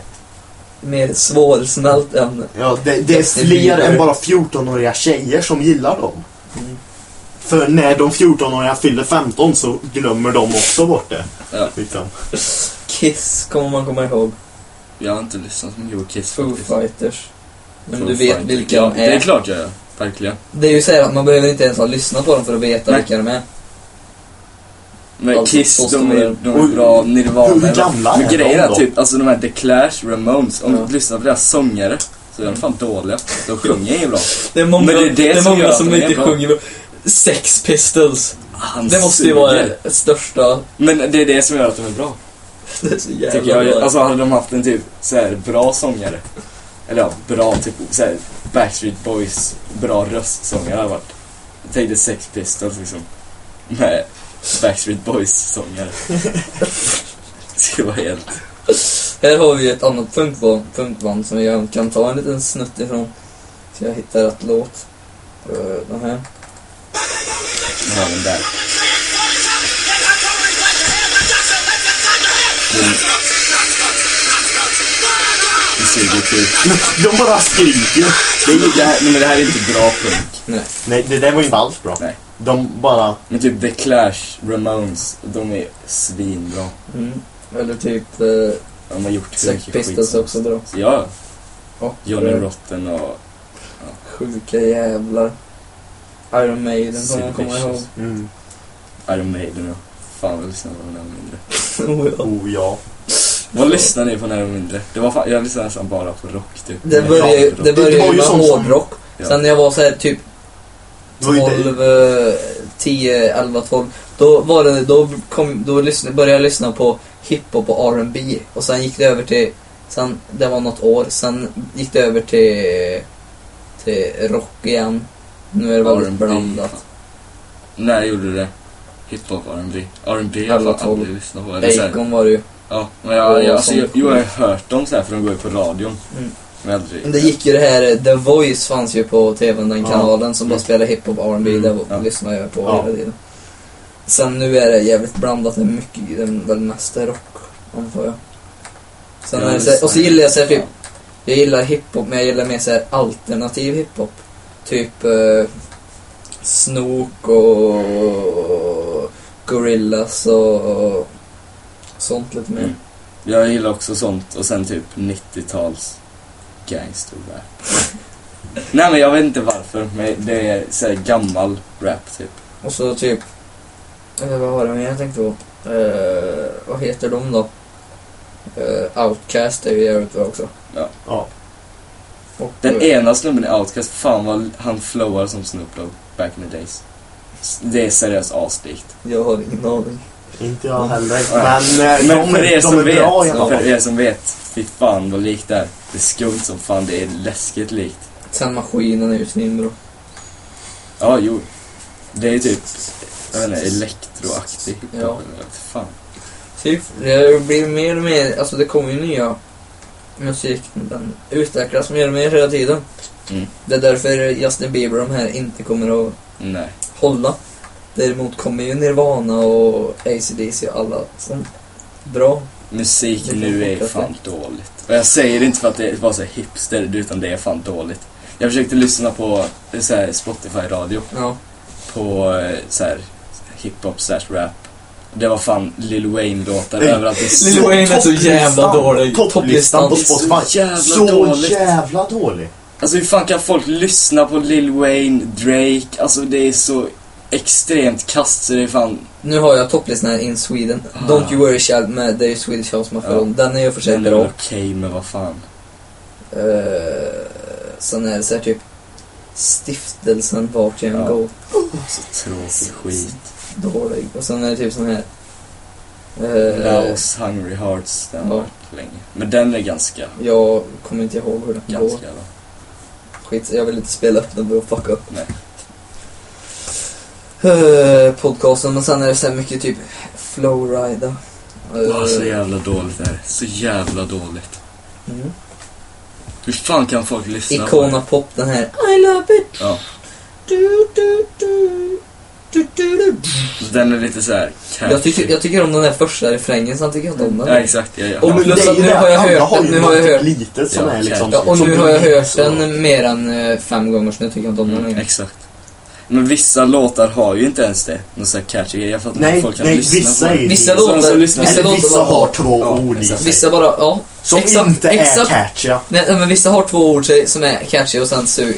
S1: mer svårsmält än...
S3: Ja, det, det är
S1: Justin
S3: fler
S1: Bieber.
S3: än bara 14-åriga tjejer som gillar dem.
S1: Mm.
S3: För när de 14-åriga fyller 15 så glömmer de också bort det.
S2: Ja.
S3: Liksom.
S1: Kiss kommer man komma ihåg.
S2: Jag har inte lyssnat så mycket på Kiss
S1: Foo
S2: faktiskt.
S1: Fighters. Men
S2: Foo
S1: du vet
S2: Fighters.
S1: vilka
S2: ja,
S1: de är.
S2: Det är klart jag gör. Verkligen.
S1: Det är ju så här att man behöver inte ens ha lyssnat på dem för att veta
S2: Nej.
S1: vilka de är.
S2: Men
S1: Alltså, så
S2: Kiss, de
S1: stora.
S2: är, de är
S3: Och-
S2: bra. Nirvana.
S3: hur gamla
S2: Men
S3: är
S2: grejen
S3: de
S2: är
S3: då?
S2: typ, alltså de här The Clash, Ramones. Om
S1: Ja.
S2: du lyssnar på deras sångare så är de fan dåliga. De sjunger inget bra.
S1: Det är många,
S2: Men det är det
S1: det är
S2: som gör
S1: många
S2: att
S1: som
S2: de är
S1: inte
S2: bra.
S1: sjunger bra. Sex Pistols.
S2: Han
S1: Det måste ju vara
S2: suger.
S1: det största...
S2: Men det är det som gör att de är bra.
S1: Det är så
S2: Tycker
S1: jävla
S2: jag.
S1: bra.
S2: Alltså hade de haft en typ så här bra sångare. Eller ja, bra typ så här Backstreet Boys, bra röstsångare hade varit. Jag tänkte Sex Pistols liksom. Med Backstreet Boys-sångare. Det skulle vara helt...
S1: Här har vi ett annat punktband, punktband som jag kan ta en liten snutt ifrån. Så jag hittar rätt låt. Eh, Den här.
S2: Den har den där. Det suger kul.
S3: De bara skriker.
S2: Det är- det här- nej, men det här är inte bra punk.
S1: Nej.
S3: Nej, det där var inte alls bra.
S2: Nej.
S3: De bara...
S2: Men typ The Clash, Ramones, de är svinbra.
S1: Mm. Eller typ eh,
S2: De har gjort hur
S1: Sex
S2: mycket skit
S1: Pistols är
S2: som
S1: också bra.
S2: helst. Ja,
S1: Och,
S2: Johnny
S1: eh,
S2: Rotten och
S1: Sjuka jävlar. Iron Maiden kommer jag komma ihåg.
S2: Supervicious.
S3: Mm.
S2: Iron Maiden och fan vad lyssnade jag på när jag var mindre.
S1: Oh, ja.
S3: Oh ja.
S2: Vad lyssnade ni på när jag var mindre? Det var fan, jag lyssnade nästan bara på rock typ.
S1: Det
S2: Men
S1: började ju
S2: jag hatar
S1: det
S2: rock.
S3: Det
S1: började
S3: var
S1: ju
S3: ju
S1: med
S3: sånt som-
S1: hårdrock.
S2: Ja.
S1: Sen när jag var så här typ
S3: Det var ju det-
S1: 12, eh, 10, 11, 12. Då, var det, då, kom, då lyssn- började jag lyssna på hiphop och R&B Och sen gick det över till, sen, det var något år, sen gick det över till, till rock igen. Nu är det väldigt
S2: R&B.
S1: blandat.
S2: När gjorde du det? Hiphop, R&B? R&B har jag
S1: Alla
S2: fan
S1: tolv.
S2: aldrig lyssnat på. Eller så här,
S1: Bacon var det ju.
S2: Ja, men jag,
S1: Och
S2: jag, alltså,
S1: sånt.
S2: jag, jo, jag har ju hört dem så här för de går ju på radion.
S1: Mm.
S2: Men aldrig.
S1: Det gick ju det här, eh, The Voice fanns ju på tvn, den
S3: Ja.
S1: kanalen som bara spelade hiphop och R&B
S3: Mm,
S1: där
S2: ja.
S1: lyssnade jag på
S3: Ja.
S1: hela tiden. Sen nu är det jävligt blandat, det är mycket, det är väl mest rock, antar jag. Sen
S2: Ja,
S1: är det,
S2: just
S1: så- och så
S2: det.
S1: gillar jag så här, typ, jag gillar hiphop, men jag gillar mer så här alternativ hiphop. Typ eh, Snook och Gorillas och sånt lite mer.
S2: Mm. Jag gillar också sånt och sen typ 90-tals gangsterrap. Nej men jag vet inte varför, men det är så här gammal rap typ.
S1: Och så typ... Eh, vad var det mer jag tänkte på? Eh, vad heter de då? Eh, Outcast är ju jävligt bra också.
S3: Ja.
S1: Och,
S2: Den
S1: eh,
S2: ena snubben i Outkast, fan vad han flowar som Snoop Dogg back in the days. S- Det är seriöst aslikt.
S1: Jag har ingen aning.
S3: Inte jag heller.
S2: Ja.
S3: Men, eh,
S2: Men
S3: de,
S2: för
S3: är-
S2: er
S3: de
S2: som
S3: är
S2: vet,
S3: bra i alla
S2: för
S3: fall.
S2: er som vet, fy fan vad likt det är. Det är skumt som fan, det är läskigt likt.
S1: Sen maskinen är ju svinbra.
S2: Ja, jo. Det är typ, jag vet inte, elektroaktig hiphop.
S1: Ja.
S2: eller vad Fan.
S1: Typ, det blir mer och mer, alltså det kommer ju nya musik. Den utvecklas mer och mer hela tiden.
S2: Mm.
S1: Det är därför Justin Bieber och de här inte kommer att
S2: Nej.
S1: hålla. Däremot kommer ju Nirvana och AC/DC och alla sånt bra.
S2: Musik
S1: Det kan
S2: nu är
S1: funka,
S2: fan dåligt. Och jag säger det inte för att det var så här hipster, utan det är fan dåligt. Jag försökte lyssna på eh, så här, Spotify-radio
S1: Ja.
S2: på eh, så här, hiphop slash rap. Det var fan Lil Wayne-låtar
S3: Nej.
S2: överallt. Det är så
S1: Lil Wayne är så
S3: Topplistan-
S1: jävla dålig.
S3: Topplistan på
S1: Topplistan.
S3: Spotify.
S2: Så jävla
S3: så
S2: dåligt.
S3: jävla dålig.
S2: Alltså hur fan kan folk lyssna på Lil Wayne, Drake? Alltså det är så extremt kast så det är fan...
S1: Nu har jag topplistan här in Sweden.
S2: Ah.
S1: Don't you worry child med The Swedish House Mafia.
S2: Ja.
S1: Den är ju för sig
S2: Den är
S1: bra.
S2: okej, men vad fan.
S1: Eh, sen är det så här typ Stiftelsen vart jag än
S2: Ja.
S1: går.
S2: Så tråkig skit.
S1: Dålig. Och sen är det typ sån här. eh,
S2: Laos Hungry Hearts, den har
S1: ja.
S2: varit länge. Men den är ganska,
S1: jag kommer inte ihåg hur den går.
S2: ganska va?
S1: Skit, jag vill inte spela upp den för att fucka upp.
S2: Nej.
S1: Eh, podcasten, men sen är det så här mycket typ Flowrida. Eh,
S2: Åh, så jävla dåligt det här. Så jävla dåligt.
S1: mm.
S2: Hur fan kan folk lyssna på
S1: Icona
S2: det?
S1: Pop, den här I love it.
S2: Ja.
S1: Du, du, du. Du, du, du.
S2: Den är lite såhär
S1: Jag, tycker, jag tycker om den där första refrängen, sen tycker jag inte om den.
S2: Ja, exakt. Ja, ja.
S1: Och
S2: ja.
S1: nu- Plus
S3: Det är
S1: att
S3: ju
S1: nu
S3: det,
S1: har jag
S3: alla
S1: hört den,
S3: ju
S1: nu har jag
S3: någonting
S1: hört-
S3: litet som
S2: Ja,
S3: är liksom...
S1: Ja, och
S3: som
S1: nu har jag
S3: blir
S1: hört
S3: så-
S1: den mer än eh, fem gånger, så nu tycker jag inte om den
S2: Mm,
S1: längre.
S2: exakt. Men vissa låtar har ju inte ens det. Någon sån här catchy grej. Jag fattar inte hur
S3: Nej,
S2: folk kan
S3: nej,
S2: lyssna
S3: vissa
S2: på det.
S3: är
S1: Vissa
S2: Så de
S1: låtar,
S2: som lyssnar-
S1: vissa
S3: Eller
S1: låtar
S3: vissa
S1: bara
S3: har två
S2: Ja,
S3: ord i
S2: exakt.
S3: sig.
S1: Vissa bara, ja.
S3: Som
S1: exakt,
S3: inte är
S1: exakt.
S3: catchiga.
S1: Nej, nej, men vissa har två ord sig- som är catchy och sen så...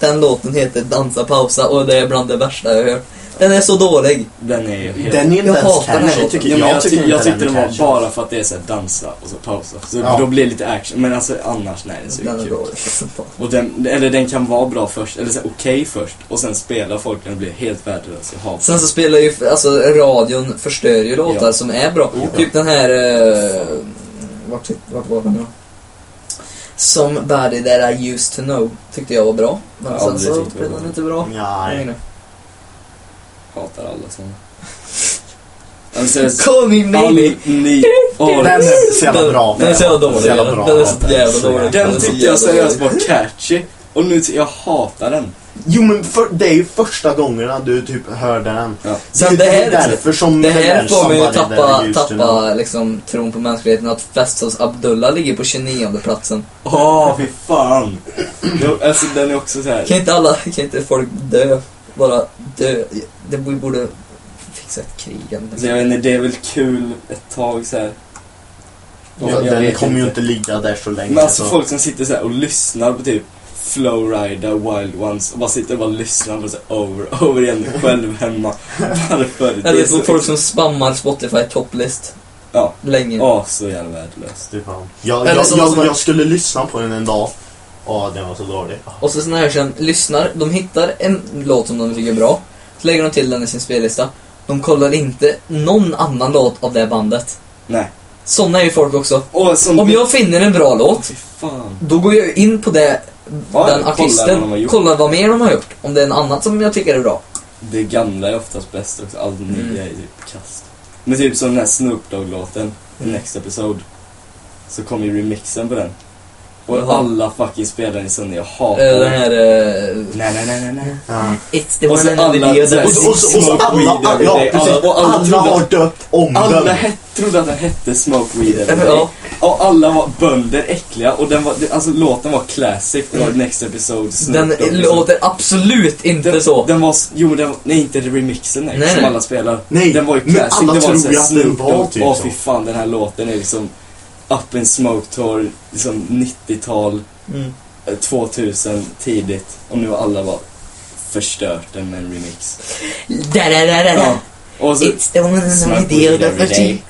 S1: Den låten heter Dansa pausa och det är bland det värsta jag har hört. Den är så dålig.
S2: Den är ju helt...
S3: Den
S1: Jag
S3: är inte ens
S1: hatar den här
S3: catchy
S1: låten.
S3: tycker
S2: Ja,
S3: jag.
S2: men jag, tyck-
S3: tycker
S2: jag
S3: inte
S2: tyckte den
S3: den är
S2: var
S3: catchy.
S2: bara för att det är såhär dansa och så pausa. Så
S3: Ja.
S2: då blir det lite action. Men alltså annars, nej, den är
S1: Den
S2: så
S1: är
S2: kul.
S1: dålig.
S2: Och den, eller den kan vara bra först, eller så här okej först, och sen spelar folk den och blir helt värdelös. Jag hatar
S1: Sen så spelar ju, alltså radion förstör ju låtar
S2: Ja.
S1: som är bra.
S2: Jo.
S1: Typ den här, eh, vart, tyck- vart var den då? Somebody that I used to know tyckte jag var bra. Men
S2: Ja,
S1: sen
S2: det
S1: så
S2: tyckte jag
S1: blev
S2: var
S1: den
S2: bra.
S1: inte bra.
S3: Nej.
S1: Nej.
S2: hatar alla såna. Alltså, Men seriöst,
S1: Call me maybe.
S2: all ny...
S3: Den
S2: All,
S3: är så jävla bra.
S1: Den är så jävla dålig.
S3: Så jävla bra.
S1: Den är så jävla
S3: Så
S1: dålig.
S3: jävla-
S1: Den är
S2: den
S1: så
S2: tyckte jag
S1: jävla
S2: seriöst
S1: dålig.
S2: var catchy, och nu ty- jag hatar den.
S3: Jo men för, det är ju första gångerna du typ hörde den.
S2: Ja.
S1: Sen
S3: det,
S1: det
S3: är
S1: här-
S3: därför som
S1: Det här
S3: där
S1: får mig att
S3: somebody that I
S1: tappa,
S3: used to know-
S1: tappa liksom, tron på mänskligheten att Festos Abdullah ligger på 29 platsen.
S2: Åh, fy fan! Jag, alltså den är också så här.
S1: Kan inte alla, kan inte folk dö? Bara dö. Det vi borde fixa ett krig eller något.
S2: Alltså, jag vet inte, det är väl kul ett tag så här. Och
S3: Ja,
S2: jag
S3: den
S2: vet
S3: kommer ju
S2: inte.
S3: inte ligga där så länge.
S2: Men alltså
S3: så-
S2: folk som sitter så här och lyssnar på typ Flowrider, Wild Ones och bara sitter och bara lyssnar på det så här over och over igen själv hemma. Varför? Det
S1: Eller
S2: är så,
S1: så folk som spammar Spotify topplist.
S2: Ja.
S1: Länge.
S2: Ja, så jävla värdelöst.
S3: Fy fan. Jag,
S1: Eller
S3: jag,
S1: sådana som
S3: jag,
S1: är-
S3: jag skulle lyssna på den en dag. Ja, den var så dålig.
S1: Och så såna här som lyssnar, de hittar en låt som de tycker är bra. Så lägger de till den i sin spellista. De kollar inte någon annan låt av det bandet.
S2: Nej.
S1: Såna är ju folk också.
S2: Och som...
S1: Om jag finner en bra låt,
S2: Fy fan.
S1: Då går jag in på det,
S2: Ja,
S1: den
S2: kollar vad de har
S1: artisten,
S2: gjort.
S1: kollar vad mer de har gjort. Om det är en annan som jag tycker är bra.
S2: Det gamla är oftast bäst också. Allt nya är typ kast. Men typ som den här Snoop Dogg-låten, Next Episode. Så kom ju remixen på den. Och
S8: Jaha.
S2: alla fucking spelar den sönder, jag hatar
S8: Eh, Den
S2: den.
S8: här... eh,
S2: Nej, nej, nej, nej, nej.
S5: Ja.
S8: It's the
S2: Och
S8: one
S2: så
S8: and only
S2: Alltså, alla-
S8: the
S2: så här-
S8: other.
S3: Och så, och så, och så alla,
S2: Smoke
S3: ja,
S2: weed every day.
S3: precis,
S2: Alla- och alla
S3: alla
S2: trodde-
S3: har döpt om
S2: Alla
S3: den.
S2: het, trodde att den hette Smoke Weed Every Day.
S8: Ja,
S2: Och alla var bönder äckliga och den var, det- alltså låten var classic, det var Next Episode, Snoop
S8: Mm. den
S2: Dogg, liksom.
S8: låter absolut inte
S2: den,
S8: så.
S2: Den var, s- jo, den, var- nej inte remixen nej,
S8: Nej,
S2: som
S8: nej.
S2: alla spelar.
S5: Nej,
S2: den var ju
S5: men
S2: classic,
S5: alla
S2: det var
S5: tror
S2: såhär
S5: ju att den
S2: Snoop
S5: var
S2: Dogg,
S5: typ
S2: åh
S5: så.
S2: fy fan den här låten är liksom up in smoke tour, liksom 90-tal,
S8: Mm.
S2: eh, 2000 tidigt. Och nu har alla bara förstört den med en remix.
S8: Da, da, da, da,
S2: Ja.
S8: da.
S2: Och så,
S8: It's the one and
S2: Smoke
S8: only
S2: weed
S8: the other.
S2: every day.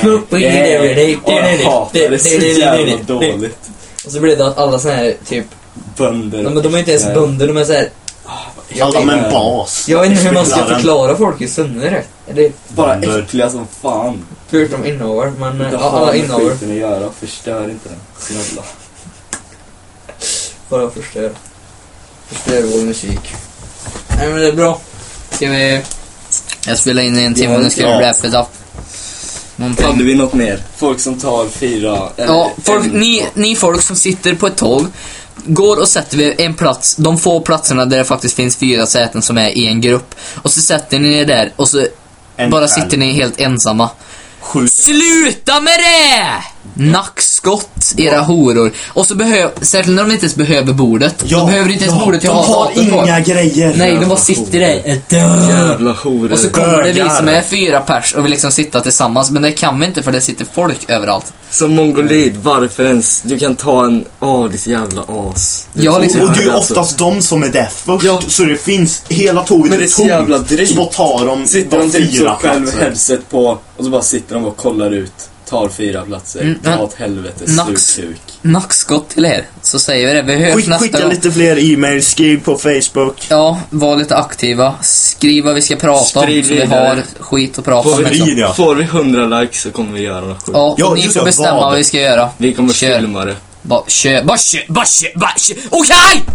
S8: Smoke weed
S2: Yeah.
S8: every day.
S2: Och jag hatar det så jävla dåligt.
S8: Och så blir det att alla såna här typ...
S2: Bönder.
S8: Nej, men de är inte ens
S2: Nej.
S8: bönder, de är såhär...
S5: Alla med en bas.
S8: Jag vet inte hur man ska
S5: Äcklaren.
S8: förklara folk i Sunne rätt. Det är
S2: Bara
S5: Bönder.
S2: äckliga som fan.
S8: förutom innehavar, men
S2: Inte
S8: ja,
S2: ha
S8: alla
S2: med
S8: innehavar.
S2: skiten att göra. Förstör inte den. Snälla.
S8: Bara förstör. Förstör vår musik. Nej men det är bra.
S1: Ska vi... Jag spelar in i en timme, nu ska vi
S2: Ja.
S1: wrap it up.
S2: Hade
S1: Någonting.
S2: vi något mer? Folk som tar fyra... eller
S1: Ja, folk,
S2: en-
S1: ni, ni folk som sitter på ett tåg, går och sätter vid en plats, de få platserna där det faktiskt finns fyra säten som är i en grupp. Och så sätter ni er där och så
S5: En
S1: bara
S5: själv.
S1: sitter ni helt ensamma.
S5: Skjut.
S1: Sluta med det! Nackskott, era horor. Och så behöver, särskilt när de inte ens behöver bordet.
S5: Ja,
S1: de behöver inte ens
S5: ja,
S1: bordet, jag
S5: de
S1: har
S5: har
S1: datorn kvar.
S5: inga grejer.
S1: Nej, de bara sitter där.
S2: Jävla horor.
S1: Och så kommer det vi
S5: Bögar.
S1: som är fyra pers och vill liksom sitta tillsammans, men det kan vi inte för det sitter folk överallt.
S2: Som mongolid, varför ens? Du kan ta en... Åh, oh, ditt jävla as.
S1: Jag har liksom...
S5: Och det är ju
S2: Alltså,
S5: oftast de som är där först,
S2: Ja.
S5: så det finns, hela tåget
S2: Men det är så jävla drygt.
S5: Så bara tar de
S2: Sitter
S5: de
S2: de typ så
S5: fyra
S2: själv
S5: platser.
S2: headset på och så bara sitter de och kollar ut. Tar fyra platser.
S1: Mm, men-
S2: Ta åt helvete,
S1: Nax.
S2: slutkuk.
S1: Nackskott till er, så säger vi det. Vi hörs
S5: Skick,
S1: nästa
S5: skicka
S1: gång.
S5: lite fler e-mails, skriv på Facebook.
S1: Ja, var lite aktiva. Skriv vad vi ska prata om,
S2: Sprid
S1: så vi
S2: vidare.
S1: har skit att prata om. Liksom.
S5: Sprid ja.
S2: Får vi 100 likes så kommer vi göra något sjukt.
S1: Ja,
S5: Ja,
S1: ni
S5: just
S1: får
S5: det,
S1: bestämma
S5: vad?
S1: vad vi ska göra.
S2: Vi kommer
S1: Kör.
S2: filma det.
S1: Bara kör, bara kör, bara kör, bara kör. Okej!